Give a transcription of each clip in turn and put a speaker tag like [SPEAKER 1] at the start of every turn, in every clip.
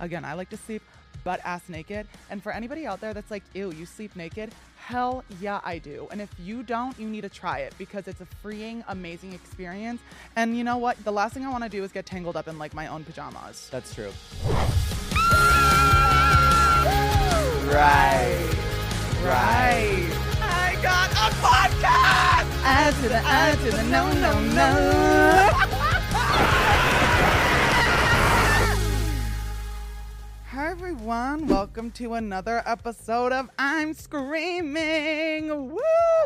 [SPEAKER 1] Again, I like to sleep butt ass naked. And for anybody out there that's like, ew, you sleep naked, hell yeah, I do. And if you don't, you need to try it because it's a freeing, amazing experience. And you know what? The last thing I want to do is get tangled up in like my own pajamas.
[SPEAKER 2] That's true.
[SPEAKER 1] Right. Right. I got a podcast. Add to the add to the no no no. Hi everyone, welcome to another episode of I'm Screaming. Woo,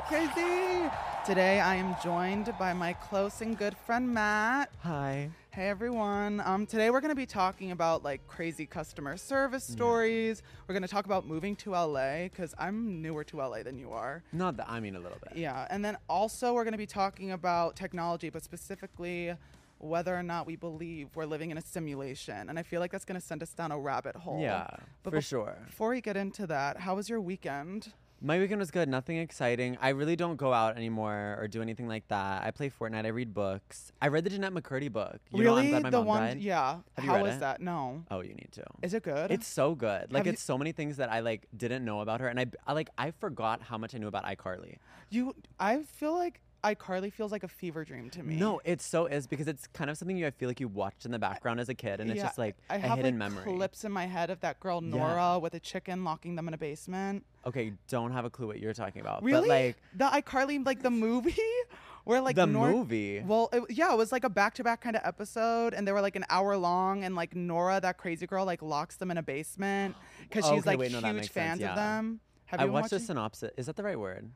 [SPEAKER 1] crazy. Today I am joined by my close and good friend Matt.
[SPEAKER 2] Hi.
[SPEAKER 1] Hey everyone. Um, today we're going to be talking about like crazy customer service stories. We're going to talk about moving to LA because I'm newer to LA than you are.
[SPEAKER 2] Not that I mean a little bit.
[SPEAKER 1] Yeah. And then also, we're going to be talking about technology, but specifically whether or not we believe we're living in a simulation. And I feel like that's going to send us down a rabbit hole.
[SPEAKER 2] Yeah,
[SPEAKER 1] But
[SPEAKER 2] for
[SPEAKER 1] bef-
[SPEAKER 2] sure.
[SPEAKER 1] Before we get into that, how was your weekend?
[SPEAKER 2] My weekend was good. Nothing exciting. I really don't go out anymore or do anything like that. I play Fortnite. I read books. I read the Jeanette McCurdy book. You know, I'm
[SPEAKER 1] really?
[SPEAKER 2] glad my
[SPEAKER 1] the
[SPEAKER 2] mom
[SPEAKER 1] one?
[SPEAKER 2] died.
[SPEAKER 1] Yeah.
[SPEAKER 2] Have you
[SPEAKER 1] How
[SPEAKER 2] read
[SPEAKER 1] was
[SPEAKER 2] it?
[SPEAKER 1] that? No.
[SPEAKER 2] Oh, you need to.
[SPEAKER 1] Is it good?
[SPEAKER 2] It's so good. Like
[SPEAKER 1] Have you-
[SPEAKER 2] it's so many things that I like didn't know about her, and I, b- I, like I forgot how much I knew about iCarly.
[SPEAKER 1] you. I feel like iCarly feels like a fever dream to me.
[SPEAKER 2] No, it so is because it's kind of something you I feel like you watched in the background as a kid, and it's
[SPEAKER 1] Yeah,
[SPEAKER 2] just like
[SPEAKER 1] I
[SPEAKER 2] a
[SPEAKER 1] have
[SPEAKER 2] hidden
[SPEAKER 1] like
[SPEAKER 2] memory.
[SPEAKER 1] clips in my head of that girl Nora with a chicken locking them in a basement.
[SPEAKER 2] Okay, don't have a clue what you're talking about.
[SPEAKER 1] Really?
[SPEAKER 2] But like
[SPEAKER 1] the iCarly, like the movie, where like
[SPEAKER 2] the
[SPEAKER 1] Nor-
[SPEAKER 2] movie.
[SPEAKER 1] Well, it, yeah, it was like a back-to-back kind of episode, and they were like an hour long, and like Nora, that crazy girl, like locks them in a basement because she's
[SPEAKER 2] Okay,
[SPEAKER 1] like
[SPEAKER 2] wait, no, that
[SPEAKER 1] huge
[SPEAKER 2] makes
[SPEAKER 1] fans
[SPEAKER 2] sense, yeah.
[SPEAKER 1] of them. Have you
[SPEAKER 2] I
[SPEAKER 1] been
[SPEAKER 2] watched a
[SPEAKER 1] watching-
[SPEAKER 2] synopsis. Is that the right word?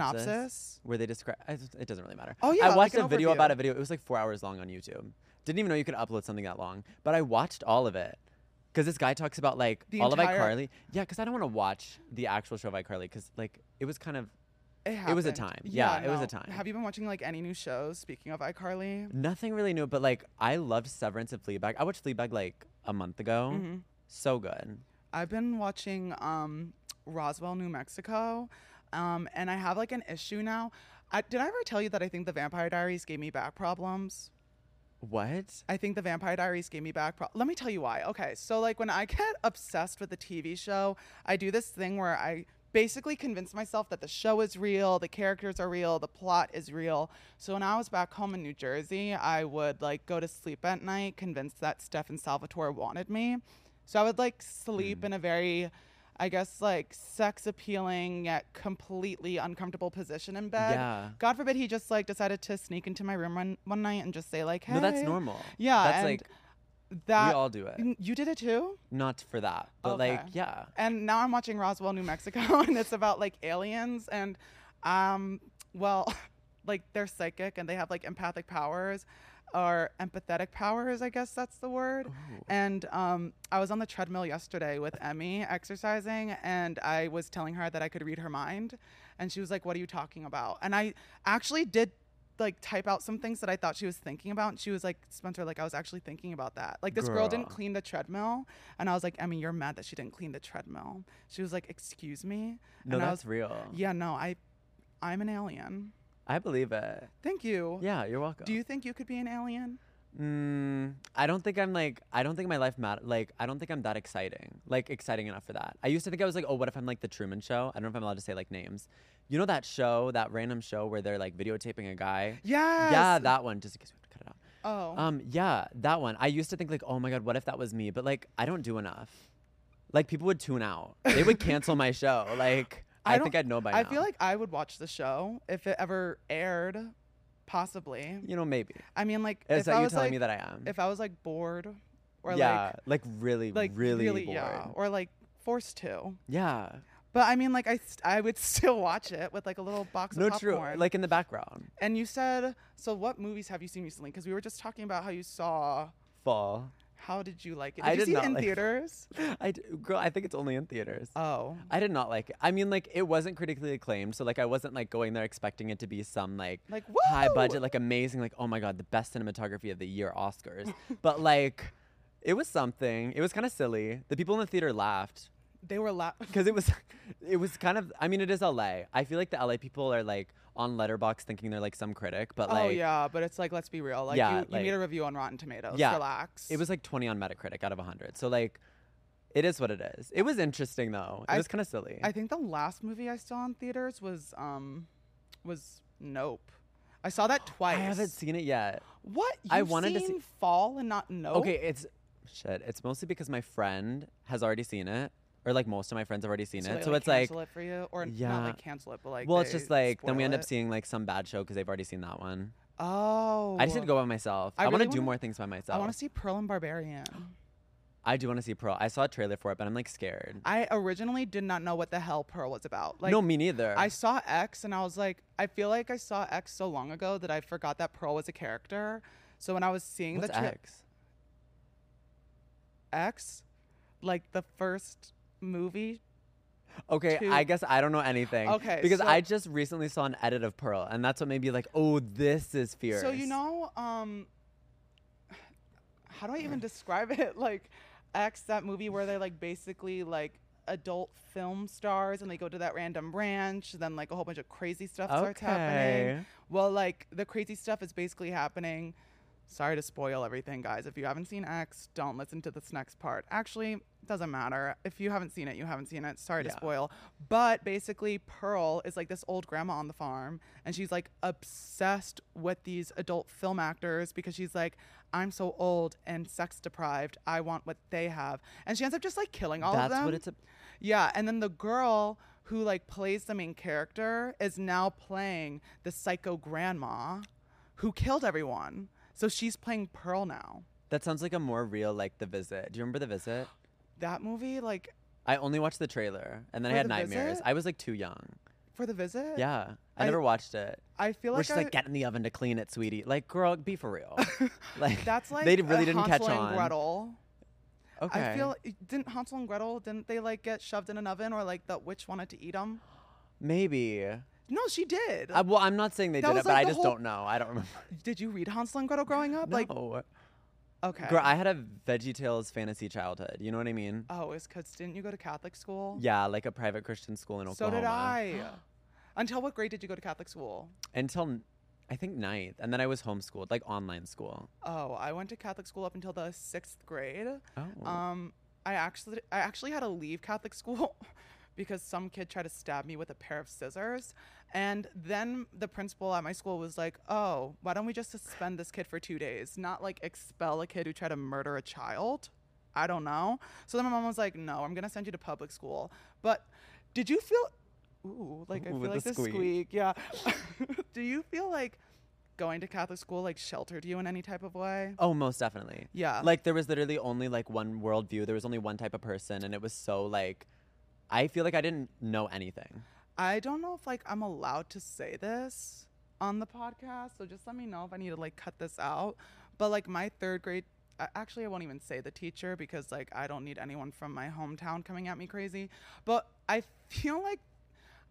[SPEAKER 1] Synopsis?
[SPEAKER 2] Where they describe. It doesn't really matter.
[SPEAKER 1] Oh, yeah,
[SPEAKER 2] I
[SPEAKER 1] like
[SPEAKER 2] watched
[SPEAKER 1] an
[SPEAKER 2] a video about
[SPEAKER 1] overview.
[SPEAKER 2] a video. It was like four hours long on YouTube. Didn't even know you could upload something that long. But I watched all of it because this guy talks about like
[SPEAKER 1] The
[SPEAKER 2] all
[SPEAKER 1] entire-
[SPEAKER 2] of iCarly. Yeah, because I don't want to watch the actual show of iCarly because like it was kind of it was a
[SPEAKER 1] happened.
[SPEAKER 2] time. Yeah, it was a
[SPEAKER 1] no.
[SPEAKER 2] time.
[SPEAKER 1] Have you been watching like any new shows? Speaking of iCarly,
[SPEAKER 2] nothing really new. But like I loved Severance and Fleabag. I watched Fleabag like a month ago.
[SPEAKER 1] Mm-hmm.
[SPEAKER 2] So good.
[SPEAKER 1] I've been watching um, Roswell, New Mexico, um, and I have like an issue now. I, did I ever tell you that I think the Vampire Diaries gave me back problems?
[SPEAKER 2] What?
[SPEAKER 1] I think the Vampire Diaries gave me back. Pro- Let me tell you why. Okay, so like when I get obsessed with a TV show, I do this thing where I basically convince myself that the show is real, the characters are real, the plot is real. So when I was back home in New Jersey, I would like go to sleep at night, convinced that Stefan Salvatore wanted me. So I would like
[SPEAKER 2] Mm.
[SPEAKER 1] sleep in a very I guess like sex appealing yet completely uncomfortable position in bed.
[SPEAKER 2] Yeah.
[SPEAKER 1] God forbid he just like decided to sneak into my room one, one night and just say like, "Hey."
[SPEAKER 2] No, that's normal.
[SPEAKER 1] Yeah,
[SPEAKER 2] that's
[SPEAKER 1] and
[SPEAKER 2] like
[SPEAKER 1] that
[SPEAKER 2] we all do it.
[SPEAKER 1] N- You did it too?
[SPEAKER 2] Not for that, but
[SPEAKER 1] Okay.
[SPEAKER 2] like yeah.
[SPEAKER 1] And now I'm watching Roswell, New Mexico, and it's about like aliens and, um, well, like they're psychic and they have like empathic powers or empathetic powers, I guess that's the word. And um, I was on the treadmill yesterday with Emmy exercising, and I was telling her that I could read her mind. And she was like, What are you talking about? And I actually did like type out some things that I thought she was thinking about. And she was like, Spencer, like I was actually thinking about that. Like this girl didn't
[SPEAKER 2] Girl.
[SPEAKER 1] clean the treadmill. And I was like, Emmy, you're mad that she didn't clean the treadmill. She was like, excuse me.
[SPEAKER 2] No,
[SPEAKER 1] and I
[SPEAKER 2] that's
[SPEAKER 1] was,
[SPEAKER 2] real.
[SPEAKER 1] Yeah, no, I I'm an alien.
[SPEAKER 2] I believe it.
[SPEAKER 1] Thank you.
[SPEAKER 2] Yeah, you're welcome.
[SPEAKER 1] Do you think you could be an alien?
[SPEAKER 2] Mm, I don't think I'm like. I don't think my life matter. Like, I don't think I'm that exciting. Like, exciting enough for that. I used to think I was like, oh, what if I'm like the Truman Show? I don't know if I'm allowed to say like names. You know that show, that random show where they're like videotaping a guy.
[SPEAKER 1] Yes.
[SPEAKER 2] Yeah, that one. Just in case we have to cut it out.
[SPEAKER 1] Oh.
[SPEAKER 2] Um, yeah, that one. I used to think like, oh my god, what if that was me? But like, I don't do enough. Like, people would tune out. They would cancel my show. Like, I,
[SPEAKER 1] don't-
[SPEAKER 2] think I'd know by
[SPEAKER 1] I
[SPEAKER 2] now.
[SPEAKER 1] feel like I would watch the show if it ever aired, possibly.
[SPEAKER 2] you know maybe.
[SPEAKER 1] I mean, like
[SPEAKER 2] Is
[SPEAKER 1] if
[SPEAKER 2] that
[SPEAKER 1] I
[SPEAKER 2] you
[SPEAKER 1] was
[SPEAKER 2] telling
[SPEAKER 1] like,
[SPEAKER 2] me that I am?
[SPEAKER 1] if I was like bored, or
[SPEAKER 2] yeah, like, really,
[SPEAKER 1] like like
[SPEAKER 2] really, bored.
[SPEAKER 1] yeah,
[SPEAKER 2] Yeah.
[SPEAKER 1] or like forced to.
[SPEAKER 2] yeah.
[SPEAKER 1] But I mean, like I st- I would still watch it with like a little box of
[SPEAKER 2] No, true.
[SPEAKER 1] popcorn.
[SPEAKER 2] Like in the background.
[SPEAKER 1] and you said, so what movies have you seen recently? Because we were just talking about how you saw.
[SPEAKER 2] Fall.
[SPEAKER 1] How did you like it? Did
[SPEAKER 2] I
[SPEAKER 1] you
[SPEAKER 2] did
[SPEAKER 1] see it
[SPEAKER 2] not
[SPEAKER 1] in
[SPEAKER 2] like-
[SPEAKER 1] theaters?
[SPEAKER 2] I d- girl, I think it's only in theaters.
[SPEAKER 1] Oh,
[SPEAKER 2] I did not like it. I mean, like it wasn't critically acclaimed, so like I wasn't like going there expecting it to be some like
[SPEAKER 1] like
[SPEAKER 2] high
[SPEAKER 1] woo!
[SPEAKER 2] budget, like amazing, like oh my god, the best cinematography of the year Oscars. but like, it was something. It was kind of silly. The people in the theater laughed.
[SPEAKER 1] They were la-
[SPEAKER 2] because it was it was kind of i mean it is la i feel like the la people are like on letterbox thinking they're like some critic but
[SPEAKER 1] Oh
[SPEAKER 2] like
[SPEAKER 1] yeah, but it's like let's be real. Like
[SPEAKER 2] Yeah,
[SPEAKER 1] you, you need
[SPEAKER 2] like-
[SPEAKER 1] a review on Rotten Tomatoes.
[SPEAKER 2] Yeah,
[SPEAKER 1] relax.
[SPEAKER 2] it was like 20 on metacritic out of 100 so like It is what it is. It was interesting though. It
[SPEAKER 1] I-
[SPEAKER 2] was kind of silly.
[SPEAKER 1] I think the last movie I saw in theaters was um was Nope. I saw that
[SPEAKER 2] I
[SPEAKER 1] twice.
[SPEAKER 2] haven't seen it yet.
[SPEAKER 1] What You've
[SPEAKER 2] I wanted to see-
[SPEAKER 1] seen Fall and not Nope.
[SPEAKER 2] Okay, it's shit. It's mostly because my friend has already seen it, or like most of my friends have already seen
[SPEAKER 1] so
[SPEAKER 2] it.
[SPEAKER 1] they,
[SPEAKER 2] So
[SPEAKER 1] like,
[SPEAKER 2] it's like,
[SPEAKER 1] cancel it for you or
[SPEAKER 2] yeah.
[SPEAKER 1] not like cancel it, but like
[SPEAKER 2] well, it's
[SPEAKER 1] they
[SPEAKER 2] just like then we
[SPEAKER 1] spoil
[SPEAKER 2] end up
[SPEAKER 1] it.
[SPEAKER 2] seeing like some bad show because they've already seen that one.
[SPEAKER 1] Oh,
[SPEAKER 2] I just did go by myself. I,
[SPEAKER 1] I
[SPEAKER 2] want to
[SPEAKER 1] really
[SPEAKER 2] do
[SPEAKER 1] wanna-
[SPEAKER 2] more things by myself.
[SPEAKER 1] I want to see Pearl and Barbarian.
[SPEAKER 2] I do want to see Pearl. I saw a trailer for it, but I'm like scared.
[SPEAKER 1] I originally did not know what the hell Pearl was about. Like
[SPEAKER 2] no, me neither.
[SPEAKER 1] I saw X and I was like, I feel like I saw X so long ago that I forgot that Pearl was a character. So when I was seeing
[SPEAKER 2] What's
[SPEAKER 1] the tra-
[SPEAKER 2] X?
[SPEAKER 1] X, like the first movie.
[SPEAKER 2] Okay,
[SPEAKER 1] Two-
[SPEAKER 2] I guess I don't know anything.
[SPEAKER 1] Okay,
[SPEAKER 2] because
[SPEAKER 1] so-
[SPEAKER 2] I just recently saw an edit of Pearl, and that's what made me like, oh, this is fierce.
[SPEAKER 1] So you know, um, how do I even describe it? Like X, that movie where they like basically like adult film stars and they go to that random ranch, then like a whole bunch of crazy stuff starts happening.
[SPEAKER 2] Okay.
[SPEAKER 1] Well, like the crazy stuff is basically happening. Sorry to spoil everything, guys. If you haven't seen X, don't listen to this next part. Actually, it doesn't matter. If you haven't seen it, you haven't seen it. Sorry
[SPEAKER 2] Yeah.
[SPEAKER 1] to spoil. But basically, Pearl is like this old grandma on the farm, and she's like obsessed with these adult film actors because she's like, I'm so old and sex deprived. I want what they have. And she ends up just like killing all of
[SPEAKER 2] that's
[SPEAKER 1] them.
[SPEAKER 2] what it's. A-
[SPEAKER 1] Yeah, and then the girl who like plays the main character is now playing the psycho grandma who killed everyone. So she's playing Pearl now.
[SPEAKER 2] that sounds like a more real like The Visit. Do you remember The Visit?
[SPEAKER 1] That movie, like
[SPEAKER 2] I only watched the trailer, and then I
[SPEAKER 1] For
[SPEAKER 2] had
[SPEAKER 1] The
[SPEAKER 2] nightmares.
[SPEAKER 1] Visit?
[SPEAKER 2] I was like too young.
[SPEAKER 1] for the visit,
[SPEAKER 2] Yeah, I,
[SPEAKER 1] I-
[SPEAKER 2] never watched it.
[SPEAKER 1] I feel
[SPEAKER 2] We're
[SPEAKER 1] like,
[SPEAKER 2] just
[SPEAKER 1] I-
[SPEAKER 2] like get in the oven to clean it, sweetie. Like, girl, be for real. like
[SPEAKER 1] that's like
[SPEAKER 2] they d- really
[SPEAKER 1] a
[SPEAKER 2] didn't catch
[SPEAKER 1] Hansel and
[SPEAKER 2] on.
[SPEAKER 1] Gretel.
[SPEAKER 2] Okay,
[SPEAKER 1] I feel eh, didn't Hansel and Gretel didn't they like get shoved in an oven or like the witch wanted to eat them?
[SPEAKER 2] maybe.
[SPEAKER 1] No, she did.
[SPEAKER 2] I, well, I'm not saying they
[SPEAKER 1] That
[SPEAKER 2] did
[SPEAKER 1] was,
[SPEAKER 2] it, but
[SPEAKER 1] like,
[SPEAKER 2] I
[SPEAKER 1] the
[SPEAKER 2] just
[SPEAKER 1] whole-
[SPEAKER 2] don't know. I don't remember.
[SPEAKER 1] did you read Hansel and Gretel growing up? Like
[SPEAKER 2] no.
[SPEAKER 1] okay.
[SPEAKER 2] Girl, I had a Veggie Tales fantasy childhood. You know what I mean?
[SPEAKER 1] oh, is cuz didn't you go to Catholic school?
[SPEAKER 2] Yeah, like a private Christian school in
[SPEAKER 1] Oh. So
[SPEAKER 2] Oklahoma.
[SPEAKER 1] did I. Until what grade did you go to Catholic school?
[SPEAKER 2] Until n- I think ninth, and then I was homeschooled, like online school.
[SPEAKER 1] Oh, I went to Catholic school up until the sixth grade.
[SPEAKER 2] Oh,
[SPEAKER 1] Um, I actually I actually had to leave Catholic school because some kid tried to stab me with a pair of scissors. And then the principal at my school was like, "Oh, why don't we just suspend this kid for two days? Not like expel a kid who tried to murder a child." I don't know. So then my mom was like, "No, I'm gonna send you to public school." But did you feel? Ooh, like I
[SPEAKER 2] Ooh,
[SPEAKER 1] feel
[SPEAKER 2] with
[SPEAKER 1] like
[SPEAKER 2] the
[SPEAKER 1] this
[SPEAKER 2] squeak.
[SPEAKER 1] squeak. Yeah. Do you feel like going to Catholic school like sheltered you in any type of way?
[SPEAKER 2] oh, most definitely.
[SPEAKER 1] Yeah.
[SPEAKER 2] Like there was literally only like one worldview. There was only one type of person, and it was so like, I feel like I didn't know anything.
[SPEAKER 1] I don't know if like I'm allowed to say this on the podcast, so just let me know if I need to like cut this out. But like my third grade, I- actually I won't even say the teacher because like I don't need anyone from my hometown coming at me crazy. But I feel like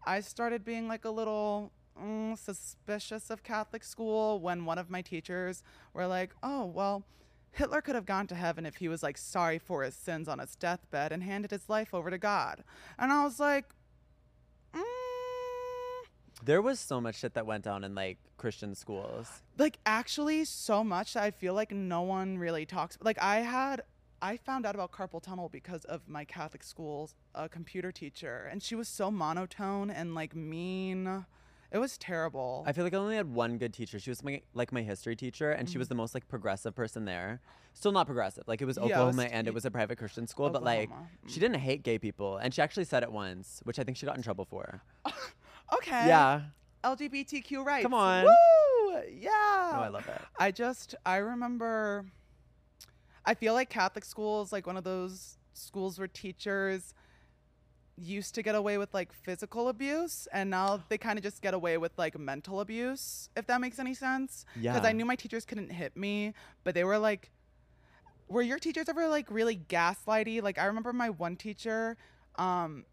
[SPEAKER 1] I started being like a little mm, suspicious of Catholic school when one of my teachers were like, "Oh well." Hitler could have gone to heaven if he was like sorry for his sins on his deathbed and handed his life over to God. And I was like, Mm,
[SPEAKER 2] There was so much shit that went down in like Christian schools.
[SPEAKER 1] like actually so much that I feel like no one really talks. Like I had I found out about carpal tunnel because of my Catholic school's uh, computer teacher and she was so monotone and like mean. It was terrible.
[SPEAKER 2] I feel like I only had one good teacher. She was my like my history teacher, and she was the most like progressive person there. Still not progressive. Like it was
[SPEAKER 1] Mm-hmm. Yeah, it was
[SPEAKER 2] Oklahoma,
[SPEAKER 1] t-
[SPEAKER 2] and it
[SPEAKER 1] y-
[SPEAKER 2] was a private Christian school, but like
[SPEAKER 1] Oklahoma.
[SPEAKER 2] she didn't hate gay people, and she actually said it once, which I think she got in trouble for.
[SPEAKER 1] okay.
[SPEAKER 2] yeah,
[SPEAKER 1] LGBTQ rights.
[SPEAKER 2] Come on.
[SPEAKER 1] Woo! Yeah.
[SPEAKER 2] no, I love it.
[SPEAKER 1] I just I remember I feel like Catholic schools like one of those schools where teachers used to get away with like physical abuse and now they kind of just get away with like mental abuse if that makes any sense because
[SPEAKER 2] Yeah.
[SPEAKER 1] I knew my teachers couldn't hit me but they were like were your teachers ever like really gaslighty like I remember my one teacher um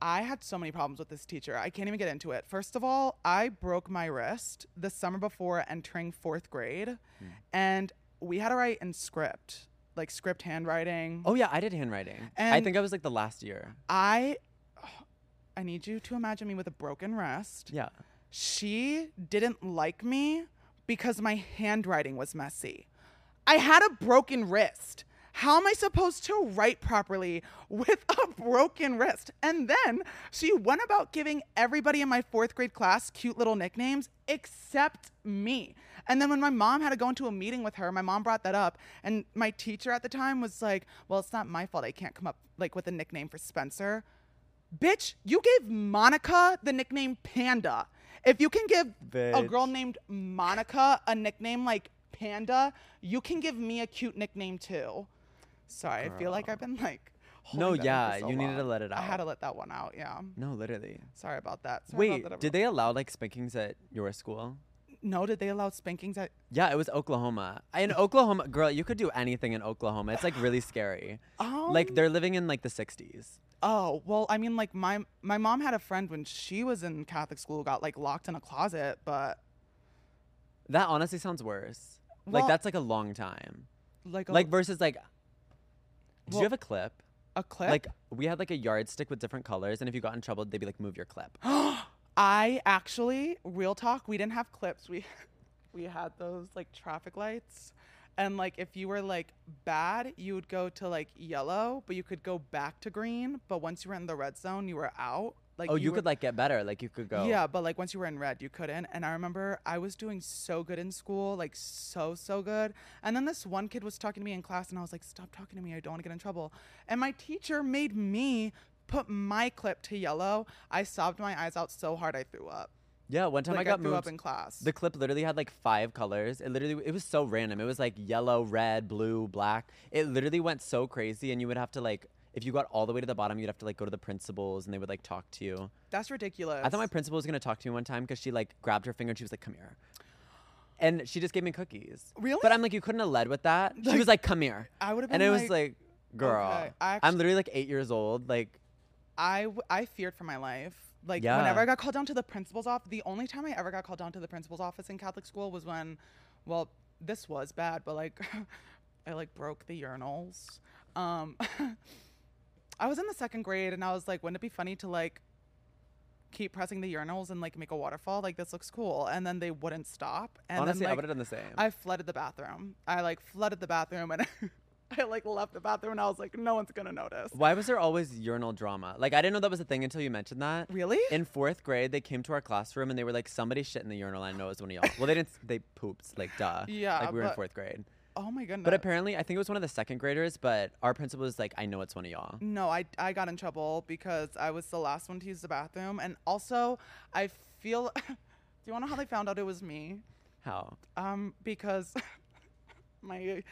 [SPEAKER 1] I had so many problems with this teacher. I can't even get into it. First of all, I broke my wrist the summer before entering fourth grade,
[SPEAKER 2] Hmm.
[SPEAKER 1] and we had to write in script, like script handwriting.
[SPEAKER 2] Oh yeah, I did handwriting. I
[SPEAKER 1] And-
[SPEAKER 2] think I was like the last year.
[SPEAKER 1] I, I need you to imagine me with a broken wrist.
[SPEAKER 2] Yeah.
[SPEAKER 1] She didn't like me because my handwriting was messy. I had a broken wrist. How am I supposed to write properly with a broken wrist? And then she went about giving everybody in my fourth grade class cute little nicknames except me. And then when my mom had to go into a meeting with her, my mom brought that up. And my teacher at the time was like, Well, it's not my fault I can't come up like with a nickname for Spencer. Bitch, you gave Monica the nickname Panda. If you can give a girl
[SPEAKER 2] Bitch.
[SPEAKER 1] named Monica a nickname like Panda, you can give me a cute nickname too. Sorry, I feel like I've been like. holding that
[SPEAKER 2] No,
[SPEAKER 1] in for
[SPEAKER 2] yeah,
[SPEAKER 1] so
[SPEAKER 2] you needed to
[SPEAKER 1] long.
[SPEAKER 2] let it
[SPEAKER 1] I had
[SPEAKER 2] out.
[SPEAKER 1] to let that one out. Yeah,
[SPEAKER 2] No, literally.
[SPEAKER 1] sorry about that. Sorry about
[SPEAKER 2] Wait,
[SPEAKER 1] that,
[SPEAKER 2] did they allow like spankings at your school?
[SPEAKER 1] everyone. No, did they allow spankings at?
[SPEAKER 2] Yeah, it was Oklahoma. In Oklahoma, girl, you could do anything in Oklahoma. It's like really scary.
[SPEAKER 1] Um,
[SPEAKER 2] like they're living in like the 60s.
[SPEAKER 1] Oh well, I mean, like my my mom had a friend when she was in Catholic school got like locked in a closet, but
[SPEAKER 2] That honestly sounds worse.
[SPEAKER 1] Well-
[SPEAKER 2] like that's like a long time.
[SPEAKER 1] like a,
[SPEAKER 2] Like versus like Do
[SPEAKER 1] Well-
[SPEAKER 2] you have a clip?
[SPEAKER 1] a clip.
[SPEAKER 2] Like we had like a yardstick with different colors and if you got in trouble, they'd be like move your clip. Oh,
[SPEAKER 1] I actually, real talk, we didn't have clips. We we had those like traffic lights. And like if you were like bad, you would go to like yellow, but you could go back to green. But once you were in the red zone, you were out. Like
[SPEAKER 2] oh, you,
[SPEAKER 1] were-
[SPEAKER 2] could like get better. Like you could go.
[SPEAKER 1] Yeah, but like once you were in red, you couldn't. And I remember I was doing so good in school, like so, so good. And then this one kid was talking to me in class, and I was like, stop talking to me. I don't want to get in trouble. And my teacher made me put my clip to yellow. I sobbed my eyes out so hard I threw up.
[SPEAKER 2] Yeah, one time
[SPEAKER 1] like
[SPEAKER 2] I got
[SPEAKER 1] threw up
[SPEAKER 2] moved.
[SPEAKER 1] in class.
[SPEAKER 2] The clip literally had like five colors. It literally it was so random. It was like yellow, red, blue, black. It literally went so crazy and you would have to like if you got all the way to the bottom, you'd have to like go to the principals and they would like talk to you.
[SPEAKER 1] That's ridiculous.
[SPEAKER 2] I thought my principal was gonna talk to me one time because she like grabbed her finger and she was like, "Come here," and she just gave me cookies.
[SPEAKER 1] Really?
[SPEAKER 2] But I'm like, you couldn't have led with that. she
[SPEAKER 1] Like,
[SPEAKER 2] was like, "Come here,"
[SPEAKER 1] I would have been
[SPEAKER 2] and it
[SPEAKER 1] like,
[SPEAKER 2] was like, "Girl,
[SPEAKER 1] okay, I
[SPEAKER 2] I
[SPEAKER 1] actu-
[SPEAKER 2] am literally like eight years old. Like,
[SPEAKER 1] I, w- I feared for my life. Like
[SPEAKER 2] Yeah.
[SPEAKER 1] whenever I got called down to the principal's office, the only time I ever got called down to the principal's office in Catholic school was when, well, this was bad, but like, I like broke the urinals. Um, I was in the second grade and I was like, wouldn't it be funny to like keep pressing the urinals and like make a waterfall? Like this looks cool. And then they wouldn't stop. And
[SPEAKER 2] honestly,
[SPEAKER 1] then,
[SPEAKER 2] I
[SPEAKER 1] like,
[SPEAKER 2] would have done the same.
[SPEAKER 1] I flooded the bathroom. I like flooded the bathroom and I like left the bathroom and I was like, no one's gonna notice.
[SPEAKER 2] Why was there always urinal drama? Like, I didn't know that was a thing until you mentioned that.
[SPEAKER 1] Really?
[SPEAKER 2] In fourth grade, they came to our classroom and they were like, "Somebody shit in the urinal." I know it was one of y'all. Well, they didn't. They pooped. Like, duh.
[SPEAKER 1] Yeah,
[SPEAKER 2] Like we were in
[SPEAKER 1] but-
[SPEAKER 2] fourth grade.
[SPEAKER 1] oh my goodness.
[SPEAKER 2] But apparently, I think it was one of the second graders. But our principal was like, "I know it's one of y'all."
[SPEAKER 1] no, I, I got in trouble because I was the last one to use the bathroom. And also, I feel. Do you want to know how they found out it was me?
[SPEAKER 2] How?
[SPEAKER 1] Um, because my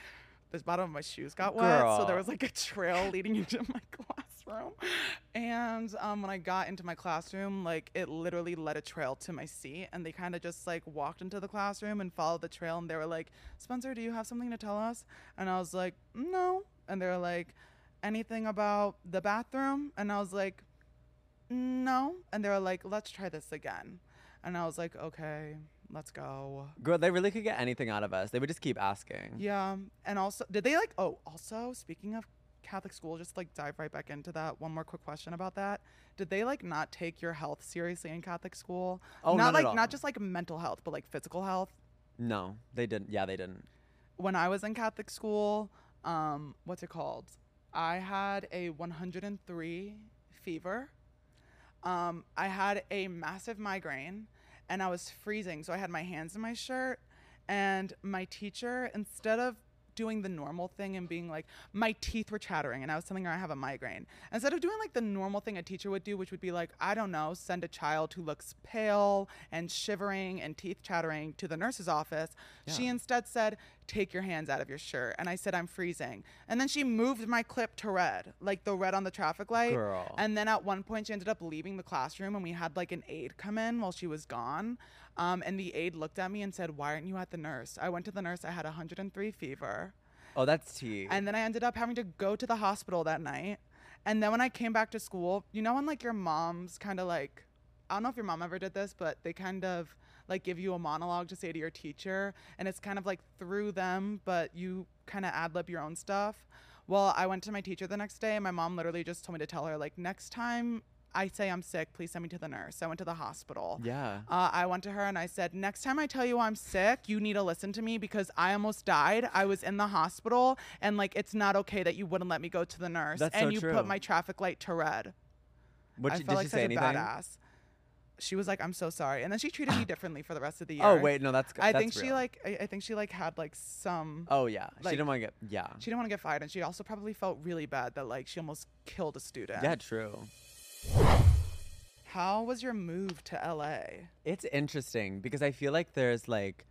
[SPEAKER 1] this bottom of my shoes got wet, so there
[SPEAKER 2] Girl.
[SPEAKER 1] was like a trail leading into my classroom. And um, when I got into my classroom, like it literally led a trail to my seat, and they kind of just like walked into the classroom and followed the trail, and they were like, "Spencer, do you have something to tell us?" And I was like, "No," and they were like, "Anything about the bathroom?" And I was like, "No," and they were like, "Let's try this again," and I was like, "Okay, let's go."
[SPEAKER 2] Girl, they really could get anything out of us. They would just keep asking.
[SPEAKER 1] Yeah. um, And also, did they like, oh, also, speaking of Catholic school, just like dive right back into that. One more quick question about that. Did they like not take your health seriously in Catholic school?
[SPEAKER 2] Oh,
[SPEAKER 1] not
[SPEAKER 2] not at
[SPEAKER 1] like,
[SPEAKER 2] all.
[SPEAKER 1] not just like mental health, but like physical health.
[SPEAKER 2] No, they didn't. Yeah, they didn't.
[SPEAKER 1] When I was in Catholic school, um, what's it called? I had a 103 fever. Um, I had a massive migraine and I was freezing. So I had my hands in my shirt. And my teacher, instead of doing the normal thing and being like, my teeth were chattering and I was telling her I have a migraine, instead of doing like the normal thing a teacher would do, which would be like, I don't know, send a child who looks pale and shivering and teeth chattering to the nurse's office, she
[SPEAKER 2] Yeah.
[SPEAKER 1] instead said, Take your hands out of your shirt. And I said, I'm freezing. And then she moved my clip to red, like the red on the traffic light.
[SPEAKER 2] Girl.
[SPEAKER 1] And then at one point, she ended up leaving the classroom, and we had like an aide come in while she was gone. Um, and the aide looked at me and said, "Why aren't you at the nurse?" I went to the nurse. I had 103 fever,
[SPEAKER 2] Oh, that's tea.
[SPEAKER 1] and then I ended up having to go to the hospital that night. And then when I came back to school, you know, when like your mom's kind of like, I don't know if your mom ever did this, but they kind of like give you a monologue to say to your teacher, and it's kind of like through them, but you kind of ad lib your own stuff. Well, I went to my teacher the next day, and my mom literally just told me to tell her, like, next time I say I'm sick, please send me to the nurse. I went to the hospital.
[SPEAKER 2] Yeah.
[SPEAKER 1] Uh, I went to her and I said, Next time I tell you I'm sick, you need to listen to me because I almost died. I was in the hospital and like it's not okay that you wouldn't let me go to the nurse
[SPEAKER 2] That's
[SPEAKER 1] and
[SPEAKER 2] so
[SPEAKER 1] you
[SPEAKER 2] true.
[SPEAKER 1] put my traffic light to red.
[SPEAKER 2] What
[SPEAKER 1] I
[SPEAKER 2] did
[SPEAKER 1] felt like
[SPEAKER 2] she
[SPEAKER 1] such
[SPEAKER 2] say
[SPEAKER 1] a
[SPEAKER 2] anything?
[SPEAKER 1] badass. She was like, I'm so sorry. And then she treated me differently for the rest of the year.
[SPEAKER 2] Oh wait, no, that's good.
[SPEAKER 1] I
[SPEAKER 2] that's
[SPEAKER 1] think she
[SPEAKER 2] real.
[SPEAKER 1] like I, I think she like had like some
[SPEAKER 2] Oh yeah, she
[SPEAKER 1] like-
[SPEAKER 2] didn't want to get. Yeah.
[SPEAKER 1] she didn't want to get fired and she also probably felt really bad that like she almost killed a student.
[SPEAKER 2] Yeah, true.
[SPEAKER 1] How was your move to LA?
[SPEAKER 2] It's interesting because I feel like there's like,